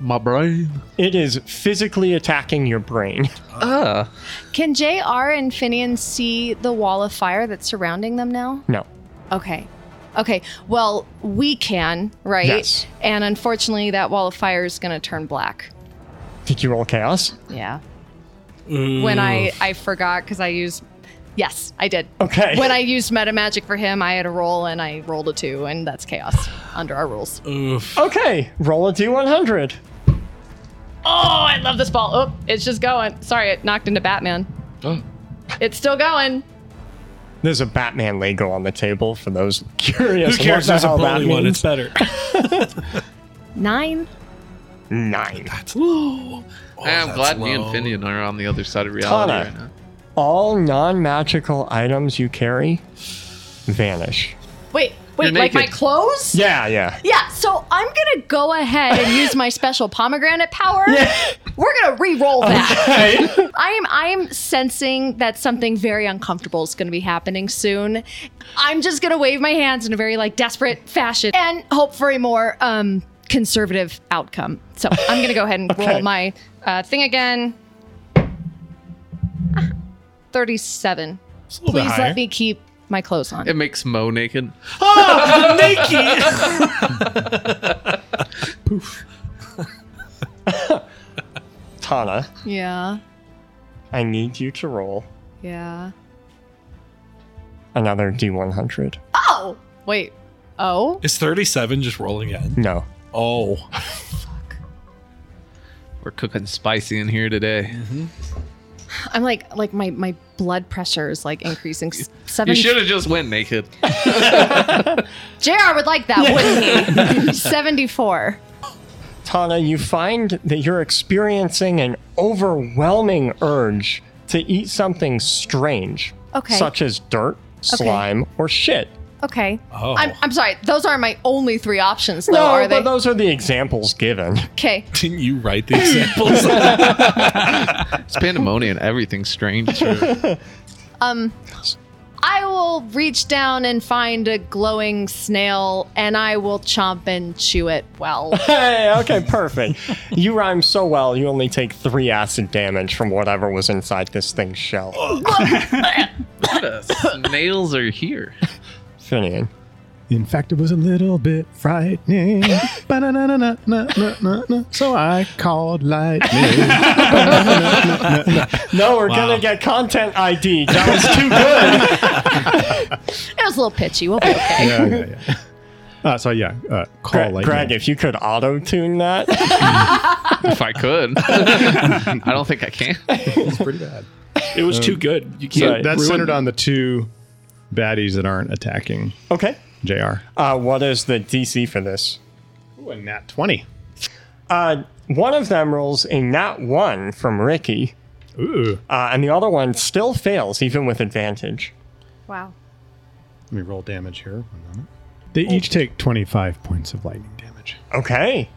D: My brain.
A: It is physically attacking your brain.
D: Ah.
B: Can JR and Finian see the wall of fire that's surrounding them now?
A: No.
B: Okay. Okay. Well, we can, right?
A: Yes.
B: And unfortunately, that wall of fire is going to turn black.
A: Did you roll chaos?
B: Yeah. When I I forgot because I used. Yes, I did.
A: Okay.
B: When I used meta magic for him, I had a roll and I rolled a two, and that's chaos under our rules. Oh,
A: Okay, roll a d100.
B: Oh, I love this ball. Oh, it's just going. Sorry, it knocked into Batman.
D: Oh,
C: Oh,
B: it's still going.
A: There's a Batman Lego on the table for those curious.
C: Who cares?
A: What the
C: There's a
A: hell that
C: bully one. It's
A: means.
C: better.
B: Nine.
A: Nine.
D: I'm
C: Oh, that's
D: glad me and
C: low.
D: Finian are on the other side of reality
A: Tana.
D: right now.
A: All non-magical items you carry vanish.
B: Wait, wait,
D: You're
B: like my
D: naked.
B: clothes?
A: Yeah, yeah.
B: Yeah, so I'm gonna go ahead and use my special pomegranate power. We're gonna re-roll that.
A: Hey.
B: I am I am sensing that something very uncomfortable is gonna be happening soon. I'm just gonna wave my hands in a very like desperate fashion and hope for a more um conservative outcome. So I'm gonna go ahead and roll my uh, thing again. Ah, Thirty-seven.
C: It's a little bit
B: Please
C: higher.
B: let me keep my clothes on.
D: It makes Mo naked.
A: Tana,
B: Yeah,
A: I need you to roll
B: yeah.
A: another d100.
B: Oh wait. Oh.
C: Is 37 just rolling in?
A: No.
C: Oh.
D: We're cooking spicy in here today.
B: I'm like like my my blood pressure is like increasing. S- Seven.
D: You should have just went naked.
B: Jr. would like that, wouldn't he? Seventy four.
A: Tana, you find that you're experiencing an overwhelming urge to eat something strange,
B: Okay.
A: such as dirt, slime, or shit.
B: Okay.
C: Oh.
B: I'm I'm sorry. Those are my only three options, though,
A: no,
B: are they?
A: but those are the examples given.
B: okay.
C: Didn't you write the examples?
D: It's pandemonium. Everything's strange.
B: I will reach down and find a glowing snail, and I will chomp and chew it well.
A: Hey, okay, perfect. you rhyme so well, you only take three acid damage from whatever was inside this thing's shell.
D: Snails are here.
A: Finian.
E: In fact, it was a little bit frightening. Ba-na-na-na-na-na-na-na. so I called lightning.
A: No, we're gonna get content ID. That was too good.
B: it was a little pitchy. We'll be okay.
E: yeah, yeah, yeah. Uh, so yeah, uh, call
A: Gre-
E: lightning.
A: Greg, if you could auto tune that.
D: If I could, I don't think I can.
E: it's pretty bad.
F: It was too good. You
E: So
F: can't.
E: that's
F: ruin
E: centered
F: it.
E: on the two baddies that aren't attacking
A: okay.
E: Jr.
A: Uh, what is the DC for this?
E: Ooh, and nat twenty.
A: Uh, one of them rolls a nat one from Ricky,
E: Ooh,
A: uh, and the other one still fails, even with advantage.
B: Wow.
E: let me roll damage here. One moment. Oh. They each take twenty-five points of lightning damage.
A: Okay.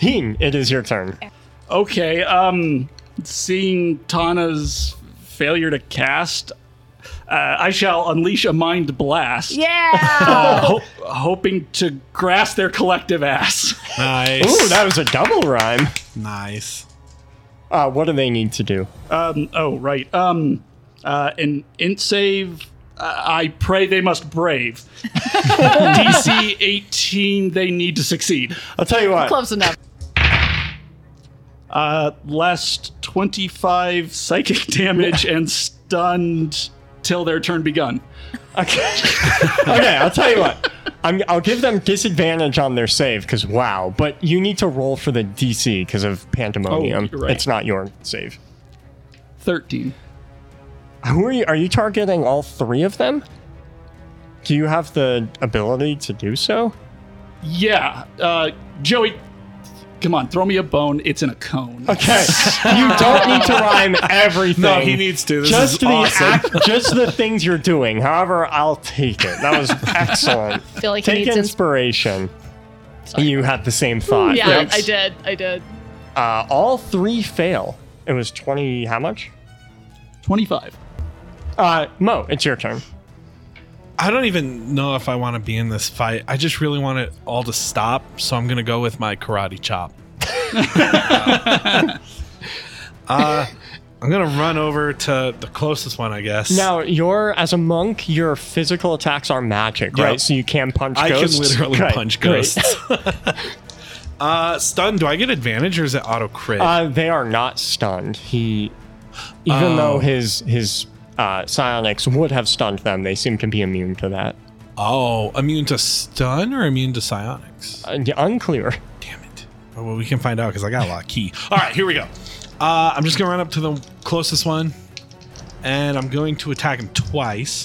A: Heen, it is your turn.
F: Okay. Um, seeing Tana's failure to cast, uh, I shall unleash a mind blast.
B: Yeah.
F: uh, ho- hoping to grass their collective ass.
C: nice.
A: Ooh, that was a double rhyme.
C: nice.
A: Uh, what do they need to do?
F: Um, oh, right. Um, uh, an int save. Uh, I pray they must brave. DC 18, they need to succeed.
A: I'll tell you what.
B: Close enough.
F: Uh, last 25 psychic damage and stunned till their turn begun.
A: Okay. okay, I'll tell you what. I'm, I'll give them disadvantage on their save because wow, but you need to roll for the DC because of pandemonium.
F: Oh, you're right.
A: It's not your save.
F: 13.
A: Who are you? Are you targeting all three of them? Do you have the ability to do so?
F: Yeah. Uh, Joey, come on, throw me a bone. It's in a cone.
A: Okay, you don't need to rhyme everything.
C: No, he needs to. This
A: just
C: is
A: the
C: awesome.
A: act, just the things you're doing. However, I'll take it. That was excellent.
B: feel like he
A: take
B: needs ins-
A: inspiration. You had the same thought.
B: Yeah,
D: Thanks.
B: I did. I did.
A: Uh, all three fail. It was 20, how much?
F: 25.
A: Uh, Mo, it's your turn.
C: I don't even know if I want to be in this fight. I just really want it all to stop, so I'm gonna go with my karate chop. uh, I'm gonna run over to the closest one, I guess.
A: Now, you're as a monk, your physical attacks are magic,
C: Yep.
A: right? So you can punch
C: I
A: ghosts.
C: can literally
A: Great,
C: punch
A: great.
C: ghosts. uh, stun. Do I get advantage or is it auto crit?
A: Uh, they are not stunned. He, even
C: Oh.
A: though his his uh, psionics would have stunned them, they seem to be immune to that.
C: oh, immune to stun or immune to psionics?
A: Uh, yeah, unclear.
C: Damn it. Oh, well, we can find out because I got a lot of key. All right, here we go. Uh, I'm just going to run up to the closest one and I'm going to attack him twice.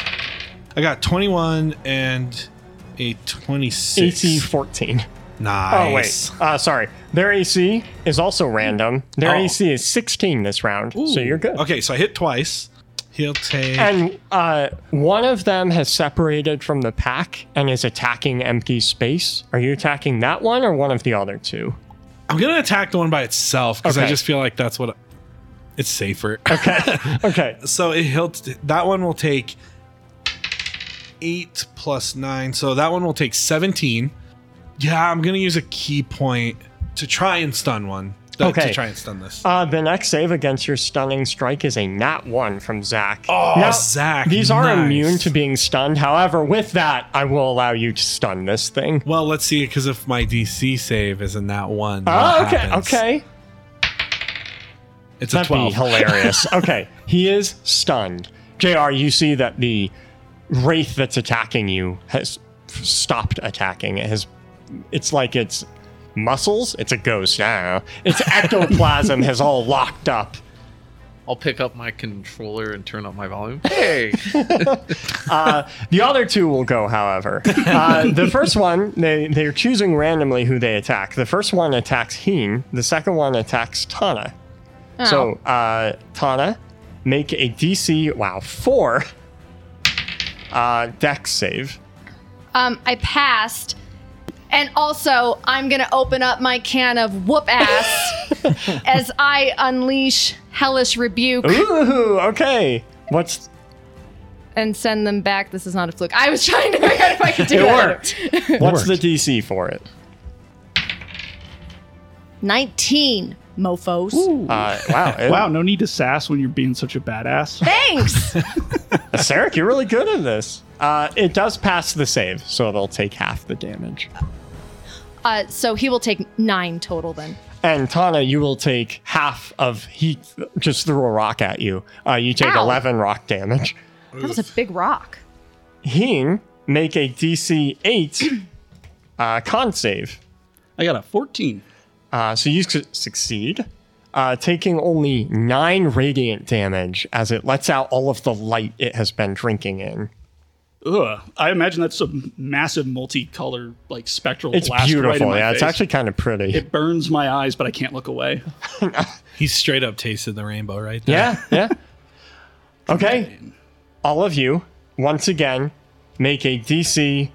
C: I got 21 and a 26.
A: AC 14.
C: Nice.
A: Oh wait, uh, sorry. Their AC is also random. Their
C: Oh.
A: AC is 16 this round, so you're good.
C: Okay, so I hit twice. He'll take.
A: And uh, one of them has separated from the pack and is attacking empty space. Are you attacking that one or one of the other two?
C: I'm going to attack the one by itself because I
A: Okay.
C: just feel like that's what. it's safer.
A: Okay.
C: so it, he'll t- that one will take eight plus nine. So that one will take seventeen. Yeah, I'm gonna use a key point to try and stun one. Uh, To
A: Okay.
C: try and stun this.
A: Uh, the next save against your stunning strike is a nat one from Zach.
C: Oh, Zach,
A: These are
C: nice.
A: immune to being stunned. However, with that, I will allow you to stun this thing.
C: well, let's see, because if my DC save isn't that one,
A: Oh,
C: what
A: okay,
C: happens?
A: okay.
C: It's a
A: That'd be
C: twelve.
A: hilarious. okay, he is stunned. JR, you see that the wraith that's attacking you has stopped attacking. It has. It's like its muscles. It's a ghost. I don't know. Its ectoplasm has all locked up.
D: I'll pick up my controller and turn up my volume. Hey,
A: The other two will go, however. Uh, the first one, they, they're choosing randomly who they attack. The first one attacks Heen, the second one attacks Tana. So, uh, Tana, make a DC, wow, four uh, dex save.
B: Um, I passed. And also, I'm going to open up my can of whoop ass as I unleash hellish
A: Oh.
B: rebuke
A: Ooh, okay. What's.
B: and send them back. This is not a fluke. I was trying to figure out if I could do that.
A: What's the
E: worked.
A: DC for it?
B: 19 mofos.
A: Uh, wow. it-
F: Wow, no need to sass when you're being such a badass.
B: Thanks.
A: Sarek, you're really good at this. Uh, it does pass the save, so it'll take half the damage.
B: uh, so he will take nine total then.
A: And Tana, you will take half of he just threw a rock at you. Uh, you take
B: Ow.
A: 11 rock damage.
B: That was a big rock.
A: Heen, make a DC 8 uh, con save.
F: I got a 14.
A: Uh, so you su- succeed, uh, taking only 9 radiant damage as it lets out all of the light it has been drinking in.
F: Ugh. I imagine that's a massive multicolor, like spectral
A: It's
F: blast right in
A: beautiful.
F: my
A: yeah, it's
F: face.
A: actually kind of pretty.
F: It burns my eyes, but I can't look away.
C: He straight up tasted the rainbow right there.
A: yeah, yeah. Okay. All of you, once again, make a DC.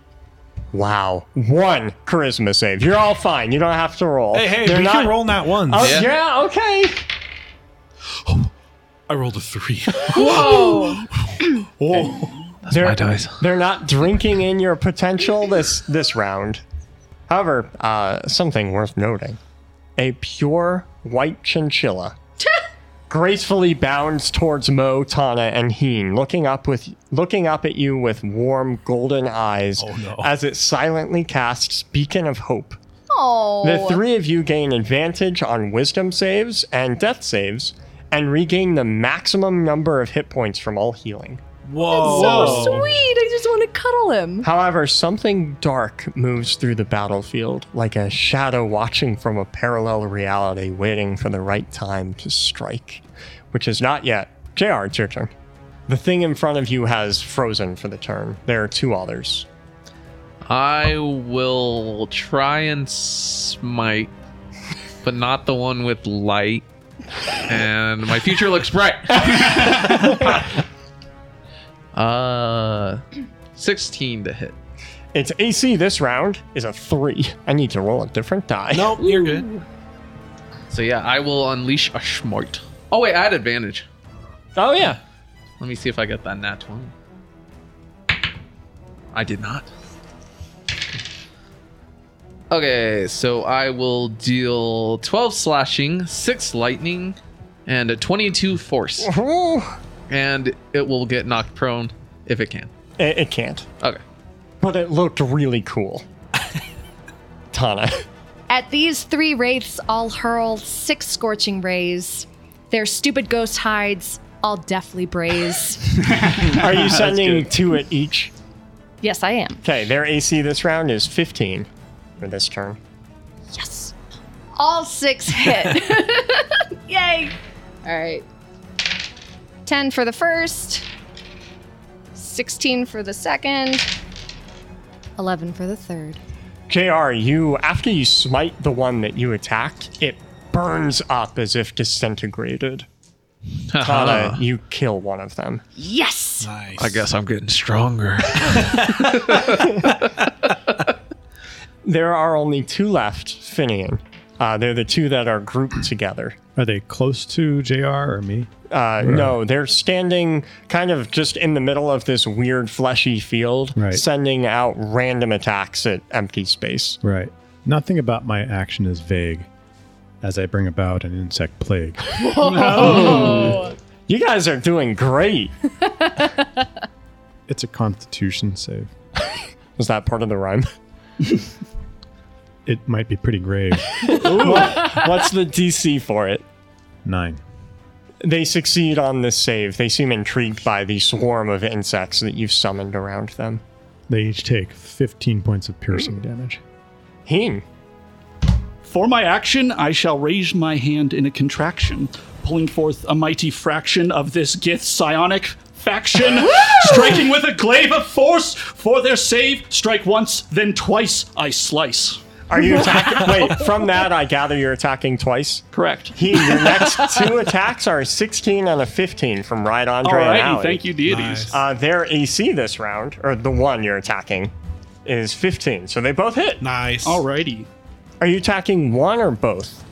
A: Wow. One charisma save. You're all fine. You don't have to roll.
C: Hey, hey,
A: They're
C: we
A: not-
C: can roll that one.
A: Oh, yeah.
D: Yeah.
A: okay.
C: I rolled a three.
A: They're,
D: my dice.
A: they're not drinking in your potential this this round. However, uh, something worth noting. A pure white chinchilla gracefully bounds towards Mo, Tana, and Heen, looking up with looking up at you with warm golden eyes
D: Oh,
C: no.
A: as it silently casts Beacon of Hope.
B: Oh.
A: The three of you gain advantage on wisdom saves and death saves, and regain the maximum number of hit points from all healing.
C: Whoa.
B: so sweet. I just want to cuddle him.
A: However, something dark moves through the battlefield, like a shadow watching from a parallel reality, waiting for the right time to strike, which is not yet. JR, it's your turn. The thing in front of you has frozen for the turn. There are two others.
D: I will try and smite, but not the one with light. And my future looks bright. uh, sixteen to hit.
A: Its AC this round is a three. I need to roll a different die.
C: Nope, you're good.
D: So yeah, I will unleash a smite. Oh wait, I had advantage.
A: Oh yeah.
D: Let me see if I get that nat one. I did not. Okay, so I will deal 12 slashing, 6 lightning, and a 22 force.
A: Ooh,
D: and it will get knocked prone if it can.
A: it, it can't.
D: Okay.
A: But it looked really cool. Tana.
B: At these three wraiths, all hurl six scorching rays. Their stupid ghost hides all deftly braze.
A: Are you sending two at each?
B: yes, I am.
A: Okay, their AC this round is 15 for this turn.
B: Yes. All six hit. Yay. All right. 10 for the first, 16 for the second, 11 for the third.
A: JR, you after you smite the one that you attacked, it burns up as if disintegrated. Tana, you kill one of them.
B: Yes.
C: Nice.
D: I guess I'm getting stronger.
A: There are only two left, Finian. Uh, they're the two that are grouped together.
E: Are they close to JR or me?
A: Uh, no, they're standing kind of just in the middle of this weird fleshy field,
E: Right.
A: sending out random attacks at empty space.
E: Right. Nothing about my action is vague as I bring about an insect plague.
A: You guys are doing great.
E: It's a constitution save.
A: Was that part of the rhyme?
E: It might be pretty grave.
A: What's the DC for it?
E: Nine.
A: They succeed on this save. They seem intrigued by the swarm of insects that you've summoned around them.
E: They each take 15 points of piercing damage.
A: Heen.
F: For my action, I shall raise my hand in a contraction, pulling forth a mighty fraction of this Gith psionic faction, striking with a glaive of force for their save. Strike once, then twice, I slice.
A: Are you attacking? Wait, from that, I gather you're attacking twice.
F: Correct.
A: Heen, your next two attacks are a 16 and a 15 from Right Andre and
F: Alrighty,
A: Allie.
F: thank you, deities.
C: Nice.
A: Uh, their AC this round, or the one you're attacking, is 15. So they both hit.
C: nice.
F: Alrighty,
A: Are you attacking one or both?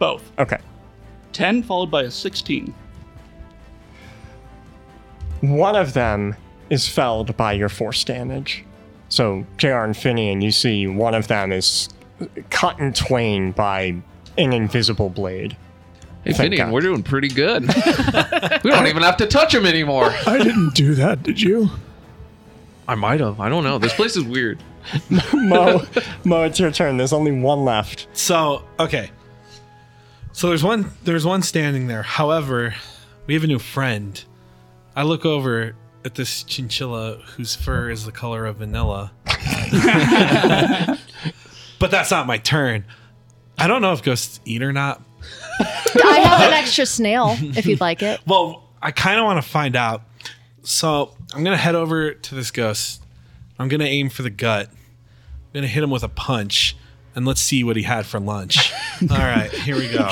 F: both.
A: Okay.
F: 10 followed by a 16.
A: One of them is felled by your force damage. So, JR and Finian, you see one of them is cut in twain by an invisible blade.
D: hey,
A: Thank
D: Finian,
A: God.
D: we're doing pretty good. we don't even have to touch him anymore.
E: I didn't do that, did you?
D: I might have. I don't know. This place is weird.
A: Mo, Mo, it's your turn. There's only one left.
C: So okay. So there's one there's one standing there. However, we have a new friend. I look over at this chinchilla whose fur is the color of vanilla. but that's not my turn. I don't know if ghosts eat or not.
B: I have an extra snail if you'd like it.
C: Well, I kind of want to find out. So I'm gonna head over to this ghost. I'm gonna aim for the gut. I'm gonna hit him with a punch, and let's see what he had for lunch. All right, here we go.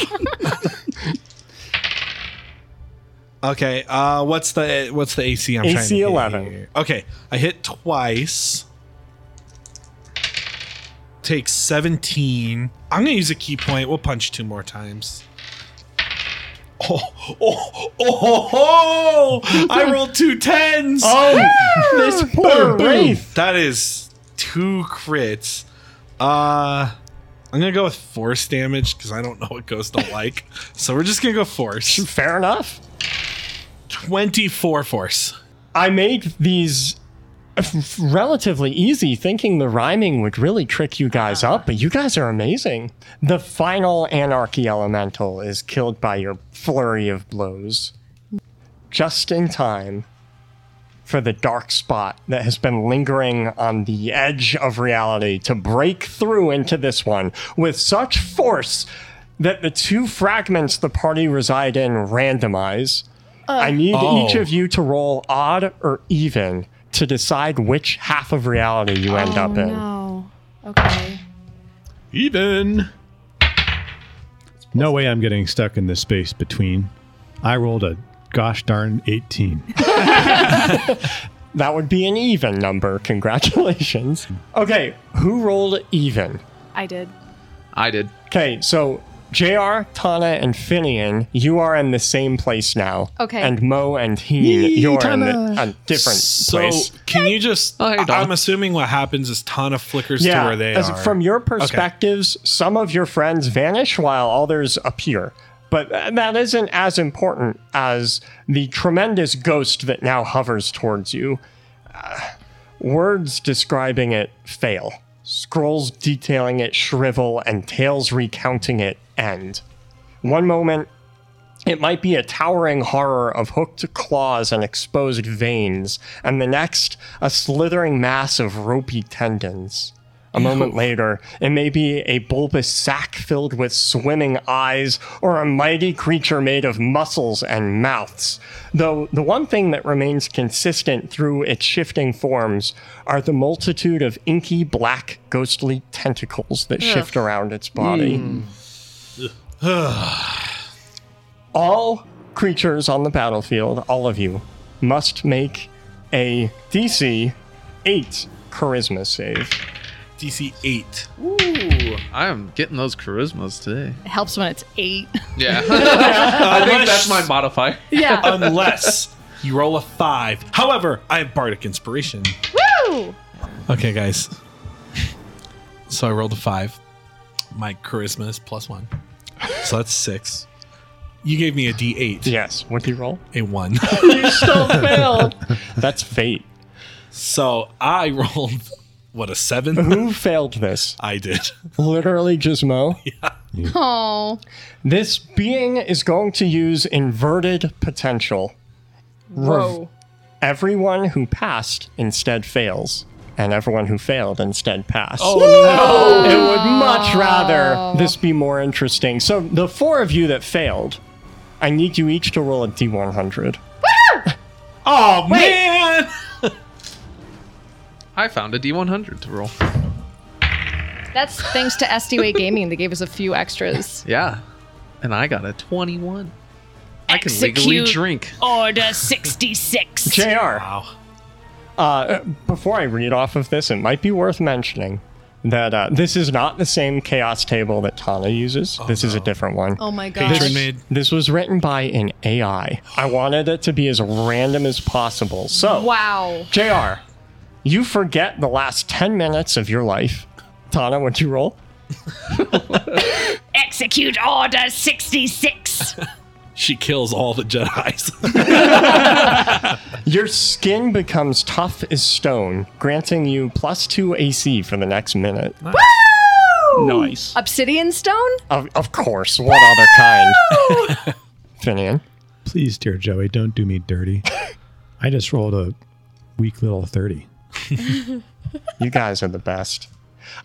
C: okay, uh, what's the what's the AC? I'm trying to
A: AC
C: hit
A: 11.
C: here? Okay, I hit twice. Takes 17. I'm gonna use a key point. We'll punch two more times. Oh, oh, oh, oh, oh. I rolled two tens.
A: Oh, this poor Wraith.
C: That is two crits. Uh I'm gonna go with force damage because I don't know what ghosts don't like. so we're just gonna go force.
A: Fair enough.
C: Twenty-four force.
A: I made these uh, f- relatively easy, thinking the rhyming would really trick you guys up, but you guys are amazing. The final Anarchy Elemental is killed by your flurry of blows. Just in time for the dark spot that has been lingering on the edge of reality to break through into this one with such force that the two fragments the party reside in randomize. I need
C: Oh.
A: each of you to roll odd or even to decide which half of reality you end up in.
B: Oh, No. Okay.
E: Even. No way I'm getting stuck in this space between. I rolled a gosh darn 18.
A: That would be an even number. Congratulations. Okay, who rolled even?
B: I did.
D: I did.
A: Okay, so JR, Tana, and Finian, you are in the same place now.
B: Okay.
A: And Mo and Heen, you're in the, a different
C: So
A: place.
C: can you just?
D: Oh, hey,
C: I-
D: Dom.
C: I'm assuming what happens is Tana flickers to where they
A: as-
C: are.
A: From your perspectives, some of your friends vanish while others appear. But uh, that isn't as important as the tremendous ghost that now hovers towards you. Uh, words describing it fail, scrolls detailing it shrivel, and tales recounting it end. One moment, it might be a towering horror of hooked claws and exposed veins, and the next, a slithering mass of ropey tendons. A moment later, it may be a bulbous sack filled with swimming eyes or a mighty creature made of muscles and mouths. Though the one thing that remains consistent through its shifting forms are the multitude of inky black ghostly tentacles that shift around its body. all creatures on the battlefield, all of you, must make a DC 8 charisma save.
C: DC eight.
D: Ooh, I am getting those charismas today.
B: It helps when it's eight.
D: Yeah. I think that's my modifier.
B: Yeah.
C: Unless you roll a five. However, I have bardic inspiration.
B: Woo!
C: Okay, guys. So I rolled a five. My charisma is plus one, so that's six. You gave me a D eight.
A: Yes, what do you roll?
C: A one.
A: You still failed. That's fate.
C: So I rolled what a seven.
A: Who failed this?
C: I did.
A: Literally just Mo.
B: Oh.
A: This being is going to use inverted potential.
B: Whoa.
A: Everyone who passed instead fails, and everyone who failed instead passed. Oh no! It would much rather this be more interesting. So the four of you that failed, I need you each to roll a d100.
C: Oh man!
D: I found a D100 to roll.
B: That's thanks to SDWay Gaming. They gave us a few extras.
D: Yeah. And I got a 21. I can legally drink.
G: Order 66.
A: Jr.
C: Wow.
A: Uh, before I read off of this, it might be worth mentioning that uh, this is not the same chaos table that Tana uses. this is a different one.
B: Oh my gosh.
C: Patron made.
A: This was written by an AI. I wanted it to be as random as possible. So,
B: Wow.
A: JR, you forget the last 10 minutes of your life. Tana, what'd you roll?
G: Execute order 66.
C: She kills all the Jedi's.
A: Your skin becomes tough as stone, granting you plus two AC for the next minute.
F: Nice.
B: Obsidian stone?
A: Of, of course, what other kind? Finian.
E: Please, dear Joey, don't do me dirty. I just rolled a weak little 30.
A: You guys are the best.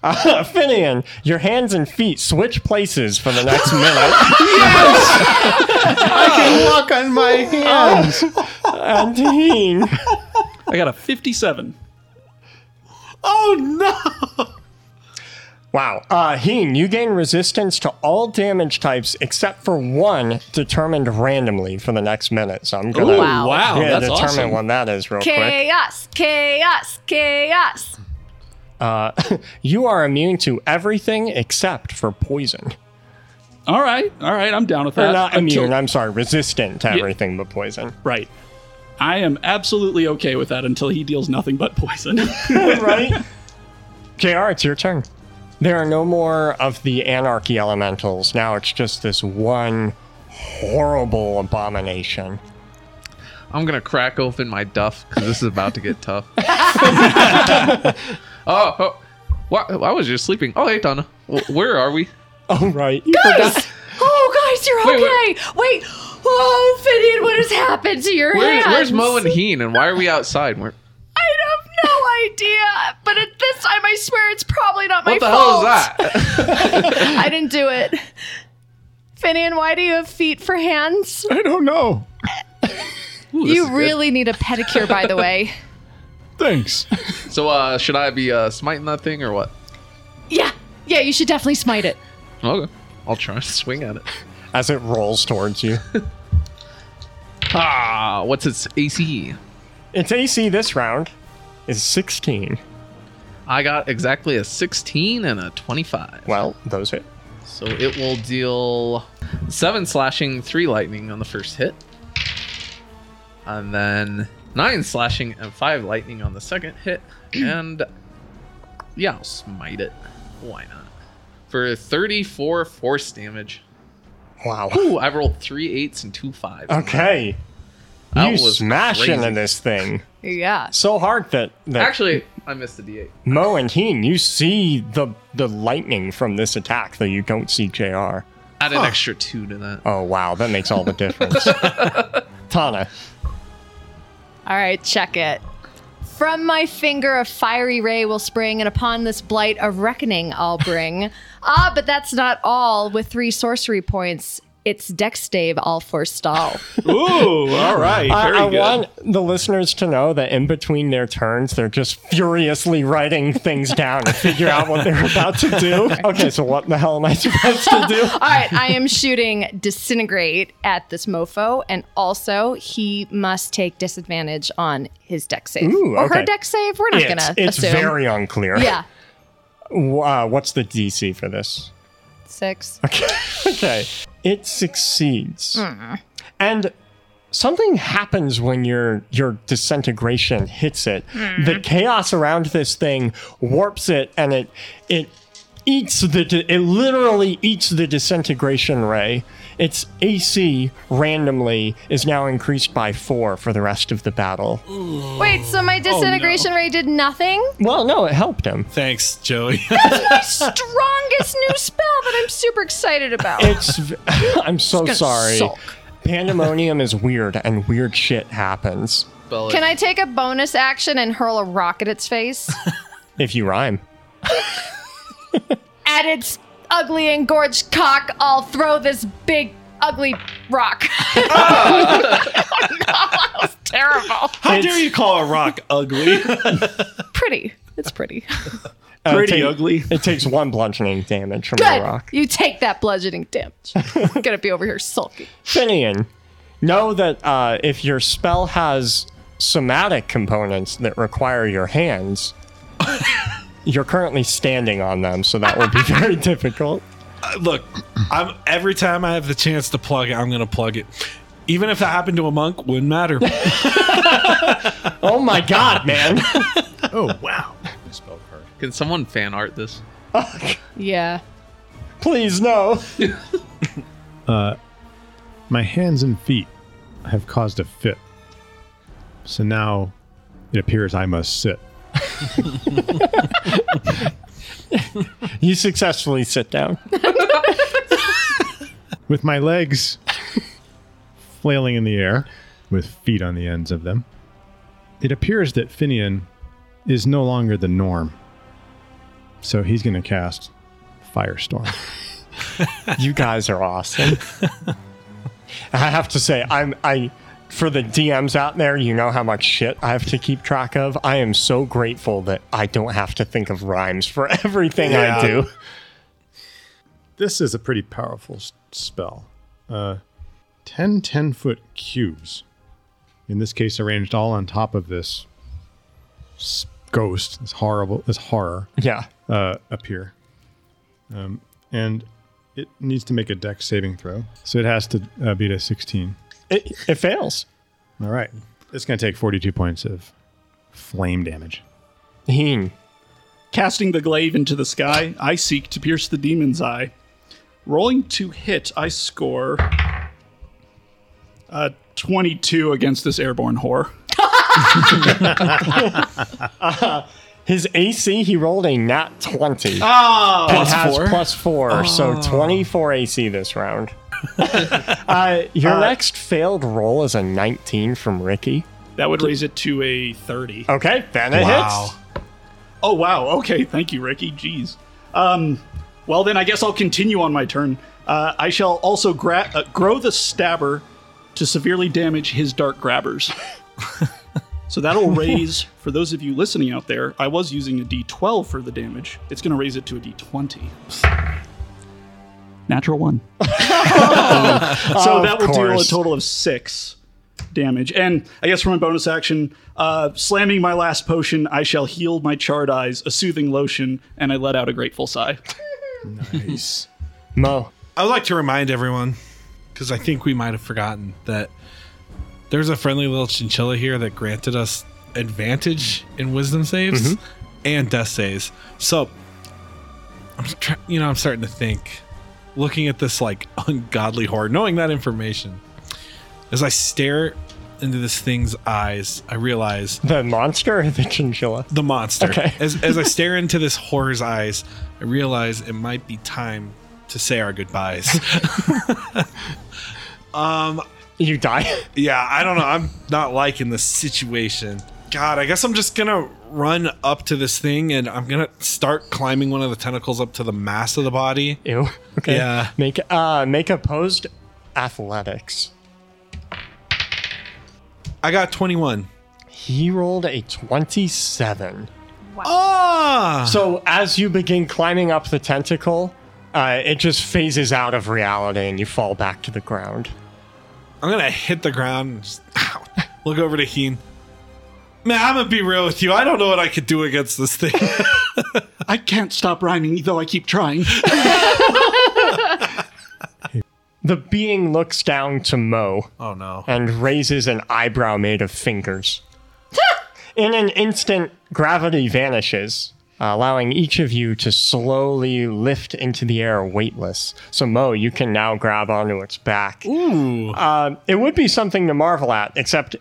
A: Uh, Finian, your hands and feet switch places for the next minute. yes! I can walk on my hands. and Heen,
F: I got a 57.
A: Wow. Uh, Heen, you gain resistance to all damage types except for one determined randomly for the next minute. So I'm going to
B: Wow.
D: Wow,
A: yeah,
D: that's
A: determine
D: awesome.
A: what that is real quick.
B: Chaos. Chaos. Chaos.
A: You are immune to everything except for poison.
F: All right. All right. I'm down with that.
A: Or not
F: Until-
A: immune, I'm sorry, resistant to everything but poison.
F: Right. I am absolutely okay with that until he deals nothing but poison.
A: right? JR, it's your turn. There are no more of the anarchy elementals. Now it's just this one horrible abomination.
D: I'm gonna crack open my duff because this is about to get tough. oh, oh why, why was you sleeping? Oh, hey Donna, W- where are we?
A: Oh, right. You forgot.
B: Oh, guys, you're
D: Wait,
B: okay. Wait. Oh, Finian, what has happened to your
D: Where,
B: hands?
D: where's Mo and Heen, and why are we outside? Where,
B: I have no idea. But at this time, I swear it's probably not my
D: what the hell
B: fault.
D: is that?
B: I didn't do it. Finian, why do you have feet for hands?
E: I don't know.
D: Ooh, this is
B: You
D: good.
B: really need a pedicure, by the way.
E: Thanks.
D: So, uh, should I be uh, smiting that thing or what?
B: Yeah. Yeah, you should definitely smite it.
D: Okay, I'll try and swing at it.
A: As it rolls towards you.
D: Ah, what's its AC?
A: Its AC this round is 16.
D: I got exactly a 16 and a 25.
A: Well, those hit.
D: So it will deal seven slashing, three lightning on the first hit. And then nine slashing and five lightning on the second hit.
A: Hmm.
D: And yeah, I'll smite it. Why not? For 34 force damage.
A: Wow.
D: Ooh, I rolled three eights and two fives.
A: Okay.
D: That
A: you
D: was
A: smash
D: crazy.
A: into this thing
B: Yeah.
A: so hard that, that
D: Actually, I missed the D8.
A: Mo and Heen, you see the the lightning from this attack that you don't see JR.
D: Add an extra two to that.
A: Oh wow, that makes all the difference. Tana,
B: All right, check it. From my finger, a fiery ray will spring, and upon this blight, a reckoning I'll bring. ah, but that's not all. With three sorcery points, it's Dex Dave I'll forestall.
F: Ooh, all right.
E: Uh,
A: I,
F: Very
A: I
F: good.
A: want the listeners to know that in between their turns, they're just furiously writing things down to figure out what they're about to do. Okay, so what the hell am I supposed to do?
B: all right, I am shooting Disintegrate at this mofo, and also he must take disadvantage on his Dex save.
A: Ooh,
B: Or her
A: okay.
B: Dex save? We're not going
A: it's
B: to
A: it's
B: assume.
A: very unclear.
B: yeah,
A: Uh, what's the DC for this?
B: six.
A: Okay. It succeeds. And something happens when your your disintegration hits it. The chaos around this thing warps it and it it eats the di- it literally eats the disintegration ray. Its AC randomly is now increased by 4 for the rest of the battle.
B: Wait, so
A: Oh,
B: my disintegration ray did nothing?
A: Well, no, it helped him.
C: Thanks, Joey.
B: Strongest new spell that I'm super excited about.
A: It's v- I'm so sorry. Pandemonium is weird and weird shit happens
D: Spell it.
B: Can I take a bonus action and hurl a rock at its face?
A: if you rhyme.
B: at its ugly engorged cock, I'll throw this big ugly rock.
G: Terrible.
F: How dare you call a rock ugly?
B: pretty. It's pretty.
A: Uh,
F: Pretty
A: take-
F: ugly.
A: It takes one bludgeoning damage from
B: Good.
A: the rock.
B: You take that bludgeoning damage. I'm gonna be over here sulking.
A: Finian, know that uh, if your spell has somatic components that require your hands, you're currently standing on them, so that will be very difficult.
C: Look, I'm every time I have the chance to plug it, I'm gonna plug it. Even if that happened to a monk, wouldn't matter.
A: Oh my god, man!
E: Oh wow. Spell card.
D: Can someone fan art this?
B: Yeah.
A: Please no.
E: My hands and feet have caused a fit. So now it appears I must sit.
A: You successfully sit down.
E: With my legs flailing in the air, with feet on the ends of them, it appears that Finian is no longer the norm. So he's going to cast Firestorm.
A: You guys are awesome. I have to say, I'm I for the DMs out there, you know how much shit I have to keep track of. I am so grateful that I don't have to think of rhymes for everything I
E: Yeah.
A: do.
E: this is a pretty powerful s- spell. Uh, 10 10 foot cubes. In this case, arranged all on top of this s- ghost, this horrible, this horror,
A: Yeah.
E: uh, appear. Um, and it needs to make a deck saving throw. So it has to uh, beat a 16.
A: It, it fails.
E: All right. It's going to take 42 points of flame damage.
A: Heen.
F: Casting the glaive into the sky, I seek to pierce the demon's eye. Rolling to hit, I score uh, 22 against this airborne whore.
A: His AC, he rolled a nat 20.
F: Ah,
A: It has plus four, so 24 AC this round. uh, your next failed roll is a 19 from Ricky.
F: That would raise it to a 30.
A: Okay, then it
C: Wow.
A: hits.
F: Oh, wow. Okay. Thank you, Ricky. Jeez. Um, well, then I guess I'll continue on my turn. Uh, I shall also gra- uh, grow the stabber to severely damage his dark grabbers. so that'll raise, for those of you listening out there, I was using a d12 for the damage. It's going to raise it to a d20. Natural one. so that will deal a
A: course.
F: total of six damage. And I guess for my bonus action, uh, slamming my last potion, I shall heal my charred eyes, a soothing lotion, and I let out a grateful sigh.
E: Nice.
A: Mo.
C: I would like to remind everyone, because I think we might have forgotten, that there's a friendly little chinchilla here that granted us advantage in wisdom saves and death saves. So, I'm try- you know, I'm starting to think, looking at this like ungodly horror, knowing that information, as I stare into this thing's eyes, I realize
A: The monster or the chinchilla?
C: the monster.
A: Okay.
C: As, as I stare into this horror's eyes, I realize it might be time to say our goodbyes.
A: You die?
C: yeah, I don't know. I'm not liking this situation. God, I guess I'm just gonna run up to this thing and I'm gonna start climbing one of the tentacles up to the mass of the body.
A: Ew. Okay.
C: Yeah.
A: Make uh make opposed athletics.
C: I got 21.
A: He rolled a 27.
C: Ah!
A: So as you begin climbing up the tentacle, uh, it just phases out of reality and you fall back to the ground.
C: I'm gonna hit the ground. And just, ow. look over to Heen. Man, I'm gonna be real with you. I don't know what I could do against this thing.
F: I can't stop rhyming, though I keep trying.
A: The being looks down to Mo
C: oh no.
A: and raises an eyebrow made of fingers. In an instant, gravity vanishes, uh, allowing each of you to slowly lift into the air weightless. So, Mo, you can now grab onto its back.
C: Ooh.
A: Uh, it would be something to marvel at, except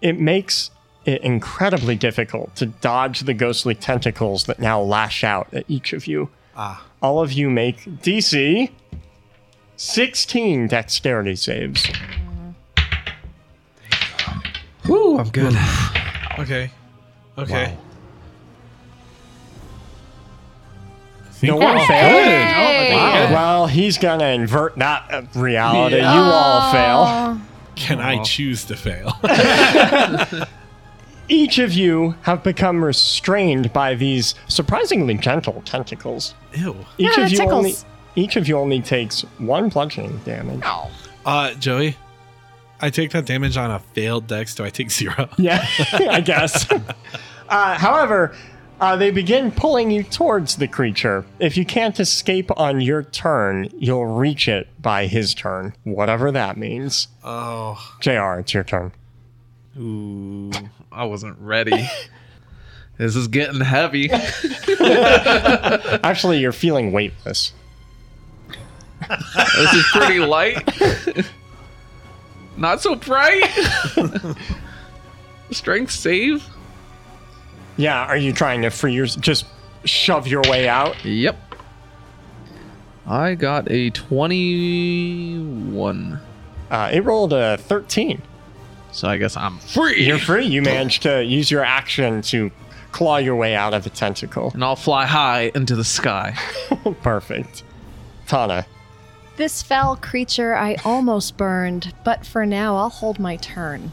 A: it makes it incredibly difficult to dodge the ghostly tentacles that now lash out at each of you. Ah. All of you make DC 16 dexterity saves.
D: Woo, I'm good.
C: Okay. Okay.
A: No one failed.
B: Hey!
A: Well, he's gonna invert that uh, reality. You all fail.
C: Can I choose to fail?
A: Each of you have become restrained by these surprisingly gentle tentacles.
C: Ew.
A: Each
B: Yeah,
A: of you
B: tickles.
A: only each of you only takes one bludgeoning damage.
C: Uh, Joey, I take that damage on a failed dex. Do I take zero?
A: Yeah, I guess. uh, however, uh, they begin pulling you towards the creature. If you can't escape on your turn, you'll reach it by his turn, whatever that means.
C: Oh,
A: Jr., it's your turn.
D: Ooh, I wasn't ready. this is getting heavy.
A: Actually, you're feeling weightless.
D: This is pretty light. Not so bright. Strength save?
A: Yeah, are you trying to free your just shove your way out?
D: Yep. I got a 21.
A: Uh, it rolled a 13.
D: So I guess I'm free.
A: You're free. You managed to use your action to claw your way out of the tentacle.
D: and I'll fly high into the sky.
A: Perfect. Tana.
B: This fell creature I almost burned, but for now I'll hold my turn.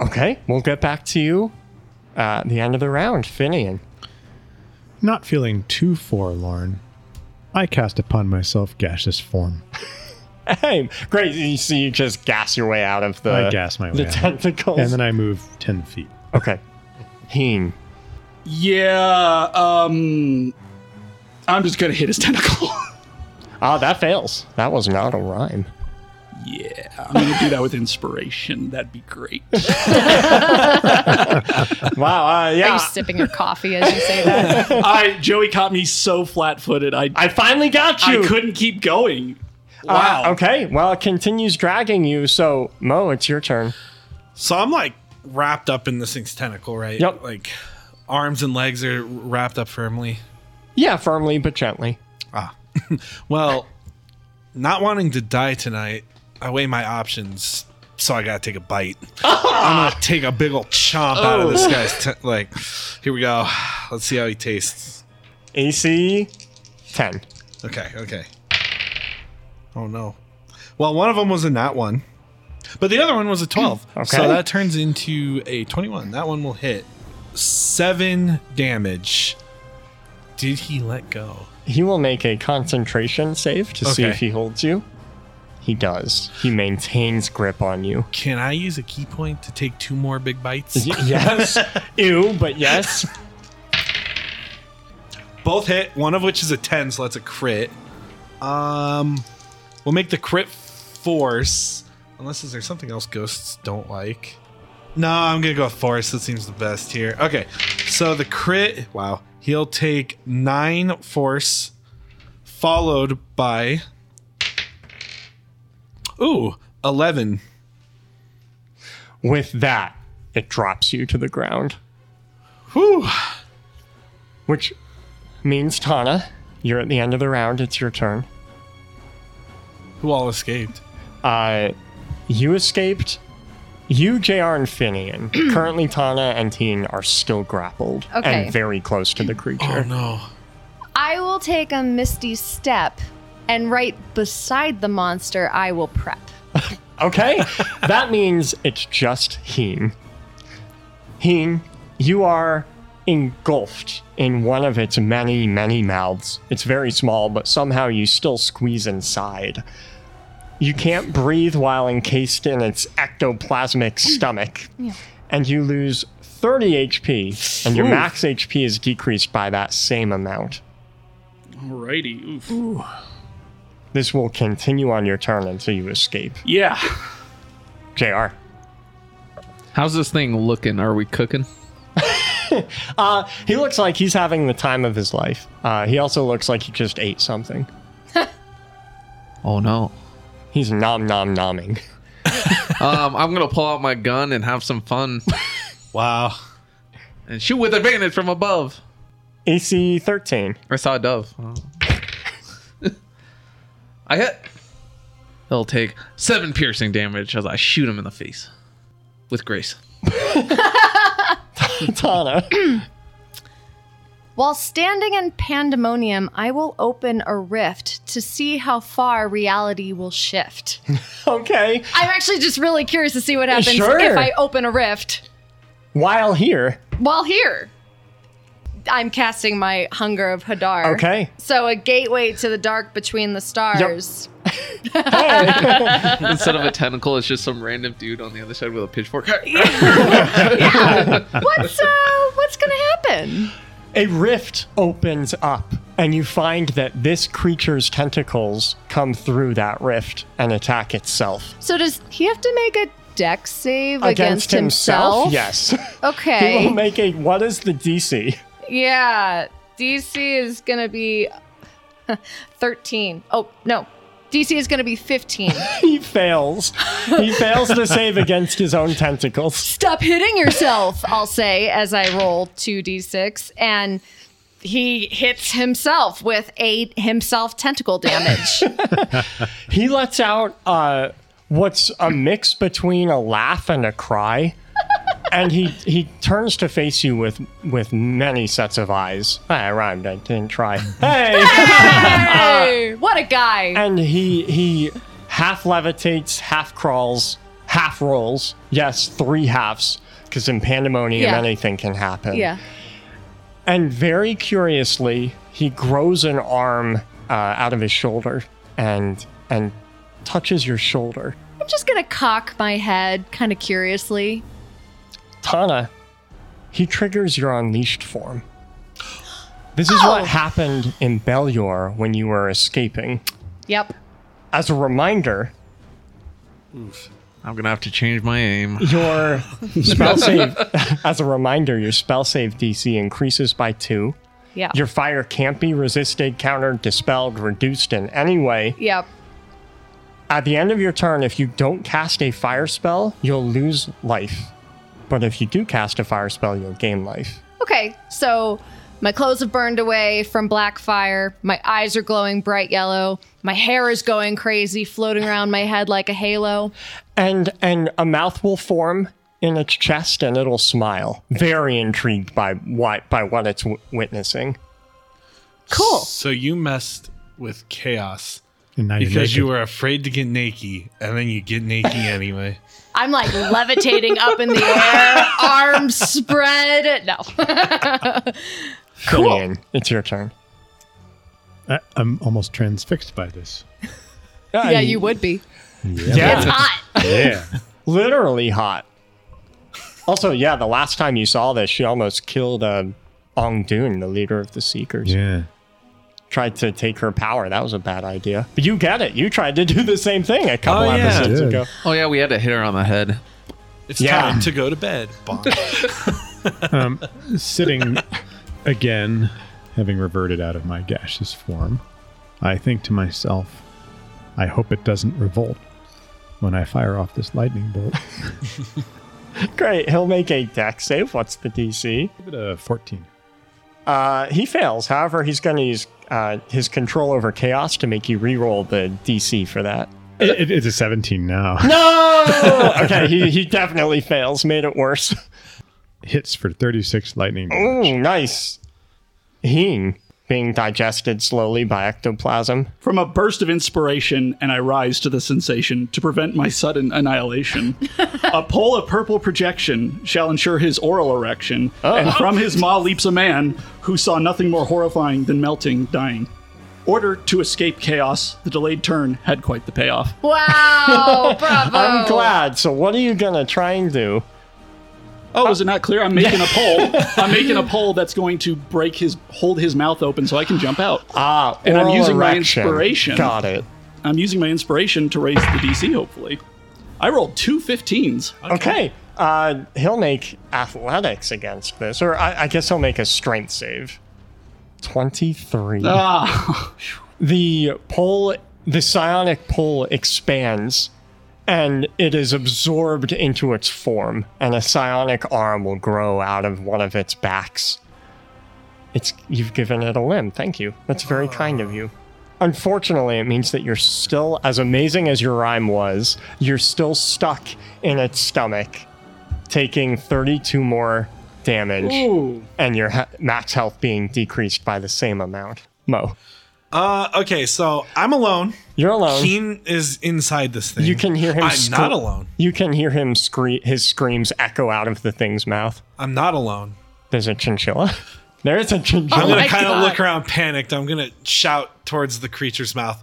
A: Okay, we'll get back to you uh, at the end of the round, Finian.
E: Not feeling too forlorn, I cast upon myself gaseous form.
A: Hey, great. You so you just gas your way out of the
E: I gas my way
A: the
E: out.
C: Oh.
A: tentacles.
E: And then I move 10 feet.
A: okay, Heen.
F: yeah, um. I'm just gonna hit his tentacle.
A: Ah, that fails. That was not a rhyme.
F: yeah, I'm gonna do that with inspiration. That'd be great.
A: Wow. Uh,
B: Are
A: yeah.
B: you sipping your coffee as you say that?
F: I Joey caught me so flat-footed. I
A: I finally got
F: I
A: you.
F: couldn't keep going.
A: Uh,
F: Wow.
A: okay. Well, it continues dragging you. So Mo, it's your turn.
C: so I'm like wrapped up in this thing's tentacle, right?
A: Yep.
C: Like arms and legs are wrapped up firmly.
A: Yeah, firmly but gently.
C: Well, not wanting to die tonight, I weigh my options. So I gotta take a bite. I'm gonna take a big old chomp out of this guy's te- like. Here we go. Let's see how he tastes.
A: AC ten.
C: Okay, okay. Oh no. Well, one of them was a nat one, but the other one was a 12.
A: Okay.
C: So that turns into a 21. That one will hit seven damage. Did he let go?
A: He will make a concentration save to see
C: Okay.
A: if he holds you. He does. He maintains grip on you.
C: Can I use a key point to take two more big bites?
A: Y- yes. Ew, but yes.
C: Both hit, one of which is a 10, so that's a crit. Um, we'll make the crit force. Unless is there something else ghosts don't like? No, I'm gonna go with force. That seems the best here. Okay, so the crit. Wow, he'll take nine force, followed by ooh eleven.
A: With that, it drops you to the ground,
C: Whew.
A: which means Tana, you're at the end of the round. It's your turn.
C: Who all escaped?
A: Uh, you escaped. You, JR, and Finian. Currently, Tana and Teen are still grappled
B: Okay.
A: and very close to the
C: Oh
A: creature.
C: no.
B: I will take a misty step, and right beside the monster, I will prep.
A: Okay? that means it's just Heen. Heen, you are engulfed in one of its many, many mouths. It's very small, but somehow you still squeeze inside. You can't breathe while encased in its ectoplasmic stomach. And you lose 30 HP, and your max HP is decreased by that same amount.
F: Alrighty. Oof.
A: This will continue on your turn until you escape.
F: Yeah.
A: JR.
D: How's this thing looking? Are we cooking?
A: Uh, he looks like he's having the time of his life. Uh, he also looks like he just ate something.
D: Oh no.
A: He's nom nom nomming.
D: Um, I'm gonna pull out my gun and have some fun
C: Wow.
D: and shoot with advantage from above.
A: AC 13.
D: I saw a dove. Oh. I hit. He'll take seven piercing damage as I shoot him in the face with grace.
A: Tana.
B: While standing in pandemonium, I will open a rift to see how far reality will shift.
A: okay.
B: I'm actually just really curious to see what happens
A: Sure.
B: if I open a rift
A: While here.
B: while here. I'm casting my Hunger of Hadar.
A: Okay.
B: So a gateway to the dark between the stars.
D: Instead of a tentacle, it's just some random dude on the other side with a pitchfork.
B: What's uh, what's gonna happen?
A: A rift opens up, and you find that this creature's tentacles come through that rift and attack itself.
B: So does he have to make a dex save
A: Against,
B: against, himself?
A: Yes. he
B: Okay.
A: will make a. What is the DC?
B: yeah. DC is gonna be 13. Oh no. DC is gonna be 15.
A: He fails. He fails to save against his own tentacles.
B: stop hitting yourself, I'll say as I roll 2d6. And he hits himself with a himself tentacle damage.
A: He lets out uh, what's a mix between a laugh and a cry, and he he turns to face you with with many sets of eyes. I rhymed. I didn't try. Hey!
B: hey, what a guy.
A: and he he half levitates, half crawls, half rolls. Yes, three halves. Because in pandemonium,
B: Yeah.
A: anything can happen.
B: Yeah.
A: And very curiously, he grows an arm uh, out of his shoulder and and touches your shoulder.
B: I'm just going to cock my head kind of curiously.
A: Tana, he triggers your unleashed form. This is what happened in Belior when you were escaping.
B: Yep.
A: As a reminder,
D: I'm gonna have to change my aim.
A: your spell save as a reminder, your spell save DC increases by two.
B: Yeah.
A: Your fire can't be resisted, countered, dispelled, reduced in any way.
B: yep.
A: At the end of your turn, if you don't cast a fire spell, you'll lose life. But if you do cast a fire spell, you'll gain life.
B: Okay. So my clothes have burned away from black fire. My eyes are glowing bright yellow. My hair is going crazy, floating around my head like a halo.
A: and and a mouth will form in its chest and it'll smile very intrigued by what by what it's w- witnessing
B: Cool.
C: So you messed with chaos
E: And now you're
C: because
E: naked.
C: you were afraid to get naked, and then you get naked anyway.
B: I'm like levitating up in the air, arms spread. No.
A: cool. it's your turn
E: I, I'm almost transfixed by this.
B: yeah, you would be.
A: yeah
B: Hot.
E: Yeah.
A: literally hot also yeah the last time uh, you saw this she almost killed um Ong Dun, the leader of the Seekers.
E: yeah.
A: tried to take her power. That was a bad idea. But you get it. You tried to do the same thing a couple
C: Oh, yeah.
A: episodes
E: Did.
A: ago.
D: Oh yeah, we had to hit her on the head.
C: It's
A: Yeah.
C: time to go to bed. Bonk.
E: Sitting again, having reverted out of my gaseous form, I think to myself, I hope it doesn't revolt when I fire off this lightning bolt.
A: Great. He'll make a deck save. What's the DC?
E: Give it a 14.
A: Uh, he fails. However, he's going to use uh, his control over chaos to make you re-roll the DC for that.
E: It, it- it's a 17 now.
F: Oh!
A: No. okay. He, he definitely fails. Made it worse.
E: Hits for 36 lightning damage.
A: Ooh, nice. Hing being digested slowly by ectoplasm.
F: From a burst of inspiration, and I rise to the sensation to prevent my sudden annihilation. a pole of purple projection shall ensure his oral erection, and from his maw leaps a man who saw nothing more horrifying than melting, dying. Order to escape chaos, the delayed turn had quite the payoff.
B: Wow, bravo.
A: I'm glad. So what are you gonna try and do?
F: Oh, is it not clear? I'm making a pole. I'm making a pole that's going to break his, hold his mouth open so I can jump out.
A: Ah,
F: And I'm
A: oral
F: using my
A: erection.
F: inspiration.
A: Got it.
F: I'm using my inspiration to raise the DC, hopefully. I rolled two 15s.
A: Okay. Uh, he'll make athletics against this, or I, I guess he'll make a strength save. Twenty-three.
F: Ah,
A: the pole, the psionic pole expands, and it is absorbed into its form, and a psionic arm will grow out of one of its backs. It's you've given it a limb. Thank you. That's very kind of you. Unfortunately, it means that you're still as amazing as your rhyme was. You're still stuck in its stomach, taking 32 more damage, and your he- max health being decreased by the same amount. Mo,
C: Uh, okay, so I'm alone.
A: you're alone.
C: Keen is inside this thing.
A: Um, You can hear him.
C: I'm
A: scr-
C: not alone.
A: You can hear him scream. His screams echo out of the thing's mouth.
C: I'm not alone.
A: There's a chinchilla. There is a
C: I'm
A: chinchilla.
C: gonna
B: my
C: kind of
B: God.
C: look around, panicked. I'm gonna shout towards the creature's mouth.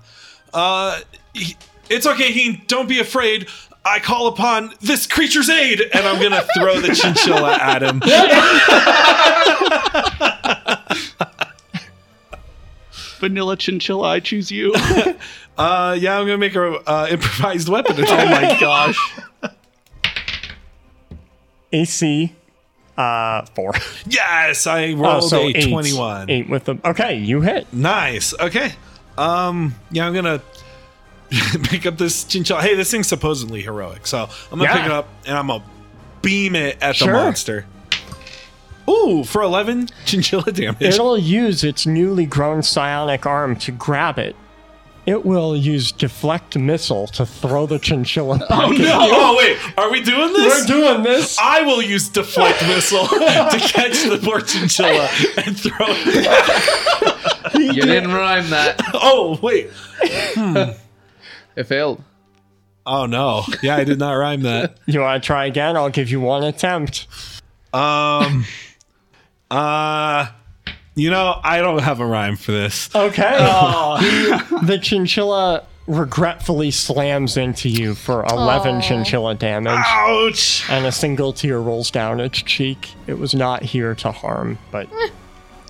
C: Uh, he- it's okay, Heen. Don't be afraid. I call upon this creature's aid, and I'm gonna throw the chinchilla at him.
F: vanilla chinchilla, I choose you.
C: Uh, yeah, I'm gonna make a uh, improvised weapon. It's- oh my gosh!
A: AC uh, four.
C: Yes, I
A: Oh,
C: rolled
A: so
C: a
A: eight.
C: 21.
A: Eight with the. Okay, you hit.
C: Nice. Okay. Um. Yeah, I'm gonna pick up this chinchilla. Hey, this thing's supposedly heroic, so I'm gonna
A: Yeah.
C: pick it up and I'm gonna beam it at
A: Sure.
C: the monster. Ooh, for 11 chinchilla damage.
A: It'll use its newly grown psionic arm to grab it. It will use deflect missile to throw the chinchilla.
C: oh
A: back.
C: no! Oh wait, are we doing
A: We're
C: this?
A: doing this.
C: I will use deflect missile to catch the poor chinchilla and throw it.
D: You didn't rhyme that.
C: Oh wait.
D: It failed.
C: Oh no. Yeah, I did not rhyme that.
A: You want to try again? I'll give you one attempt.
C: Um. Uh. You know, I don't have a rhyme for this.
A: Okay. the chinchilla regretfully slams into you for 11 chinchilla damage,
C: Ouch!
A: and a single tear rolls down its cheek. It was not here to harm, but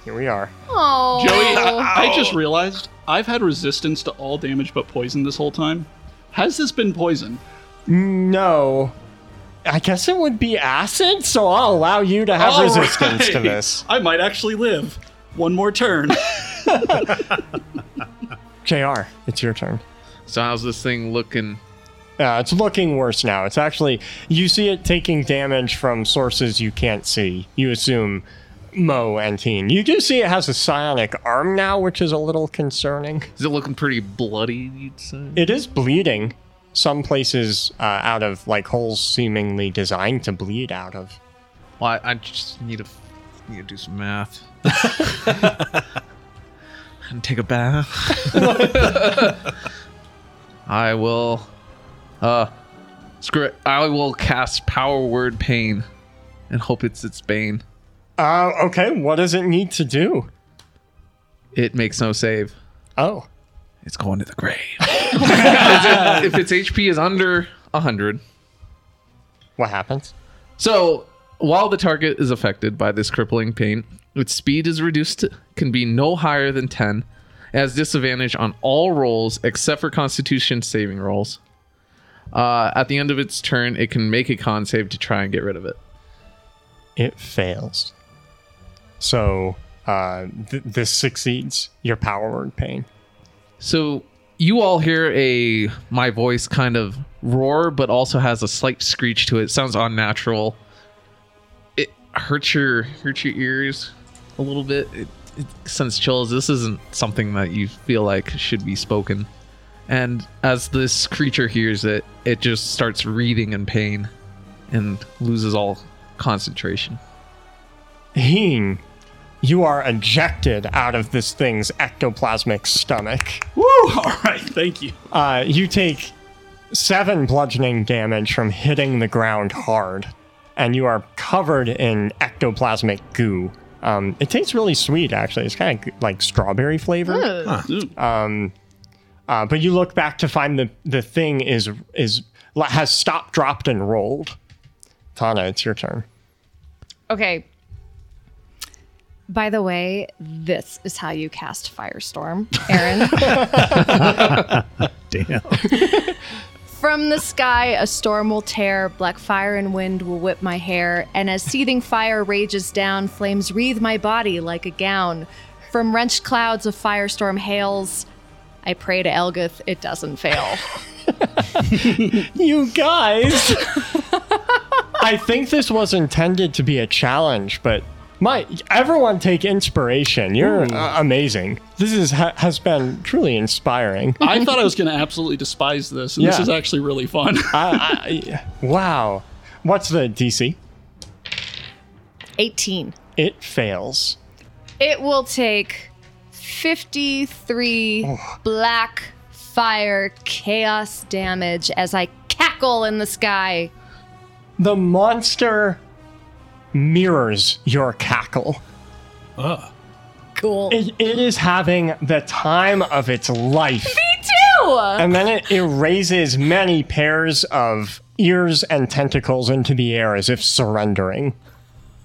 A: here we are.
B: Oh.
F: Joey, I just realized I've had resistance to all damage but poison this whole time. Has this been poison?
A: No. I guess it would be acid, so I'll allow you to have
F: All
A: resistance to
F: right.
A: this.
F: I might actually live. One more turn.
A: JR, it's your turn.
D: So how's this thing looking?
A: Uh, it's looking worse now. It's actually, you see it taking damage from sources you can't see. You assume Mo and Teen. You do see it has a psionic arm now, which is a little concerning.
D: Is it looking pretty bloody? You'd say.
A: It is bleeding, some places uh, out of like holes seemingly designed to bleed out of.
D: Well, I, I just need to need to do some math. and take a bath. I will. Uh, screw it. I will cast Power Word Pain, and hope it's its bane.
A: Uh, okay, what does it need to do?
D: It makes no save.
A: Oh,
D: It's going to the grave. if its HP is under hundred,
A: what happens?
D: So, while the target is affected by this crippling pain, its speed is reduced, to, can be no higher than 10, It has disadvantage on all rolls except for Constitution saving rolls. Uh, at the end of its turn, it can make a con save to try and get rid of it.
A: It fails. So uh, th- this succeeds. Your power word pain.
D: So you all hear a my voice kind of roar, but also has a slight screech to it. Sounds unnatural. It hurts your hurts your ears a little bit. It, it sends chills. This isn't something that you feel like should be spoken. And as this creature hears it, it just starts wreathing in pain and loses all concentration.
A: Heen, you are ejected out of this thing's ectoplasmic stomach.
F: Woo! All right, thank you.
A: Uh, you take seven bludgeoning damage from hitting the ground hard, and you are covered in ectoplasmic goo. Um, it tastes really sweet, actually. It's kind of like strawberry flavor.
F: Ooh.
A: Uh, but you look back to find the the thing is is has stopped, dropped, and rolled. Tana, it's your turn.
B: Okay. By the way, this is how you cast Firestorm, Aaron.
E: Damn.
B: From the sky, a storm will tear, black fire and wind will whip my hair, and as seething fire rages down, flames wreathe my body like a gown. From wrenched clouds of firestorm hails, I pray to Elgith it doesn't fail.
A: You guys. I think this was intended to be a challenge, but my everyone take inspiration. You're uh, amazing. This is ha- has been truly inspiring.
F: I thought I was going to absolutely despise this, and this
A: Yeah.
F: is actually really fun.
A: I, I, wow. What's the DC?
B: 18.
A: It fails.
B: It will take 53 black fire chaos damage as I cackle in the sky.
A: The monster mirrors your cackle.
C: Ugh.
B: Cool.
A: It, it is having the time of its life.
B: Two!
A: And then it erases many pairs of ears and tentacles into the air as if surrendering.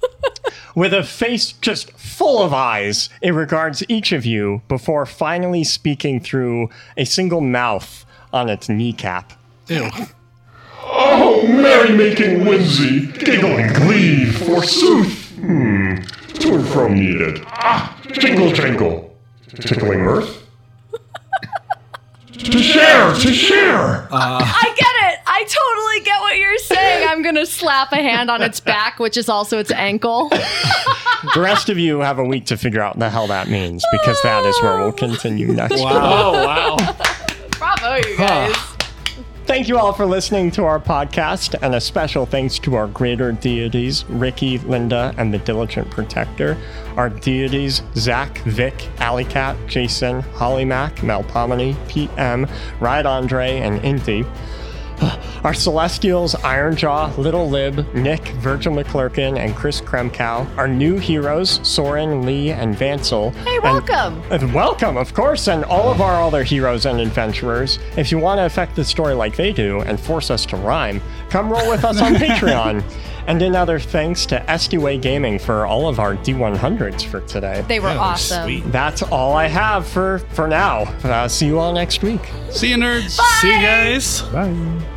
A: With a face just full of eyes, it regards each of you before finally speaking through a single mouth on its kneecap.
C: Ew.
H: Oh, Merrymaking whimsy, giggling glee, forsooth. Hmm, to and fro needed. Ah, jingle jangle. Tickling earth? to share, to share!
B: I get it. I totally get what you're saying. I'm going to slap a hand on its back, which is also its ankle.
A: The rest of you have a week to figure out the hell that means, because that is where we'll continue next week.
F: oh, wow.
B: Bravo, you guys.
A: Thank you all for listening to our podcast, and a special thanks to our greater deities, Ricky, Linda, and the Diligent Protector. Our deities, Zach, Vic, Alleycat, Jason, Holly Mac, Melpomene, PM, Ride Andre, and Inti. Our Celestials, Ironjaw, Little Lib, Nick, Virgil McClurkin, and Chris Kremkow. Our new heroes, Soren, Lee, and Vansel.
B: Hey,
A: And-
B: welcome.
A: and welcome, of course, and all of our other heroes and adventurers. If you want to affect the story like they do and force us to rhyme, come roll with us on Patreon. And another thanks to SDWay Gaming for all of our D100s for today.
B: they were
C: That was
B: awesome.
C: Sweet.
A: That's all I have for for now. Uh, see you all next week.
F: See you, nerds.
C: See you guys.
E: Bye.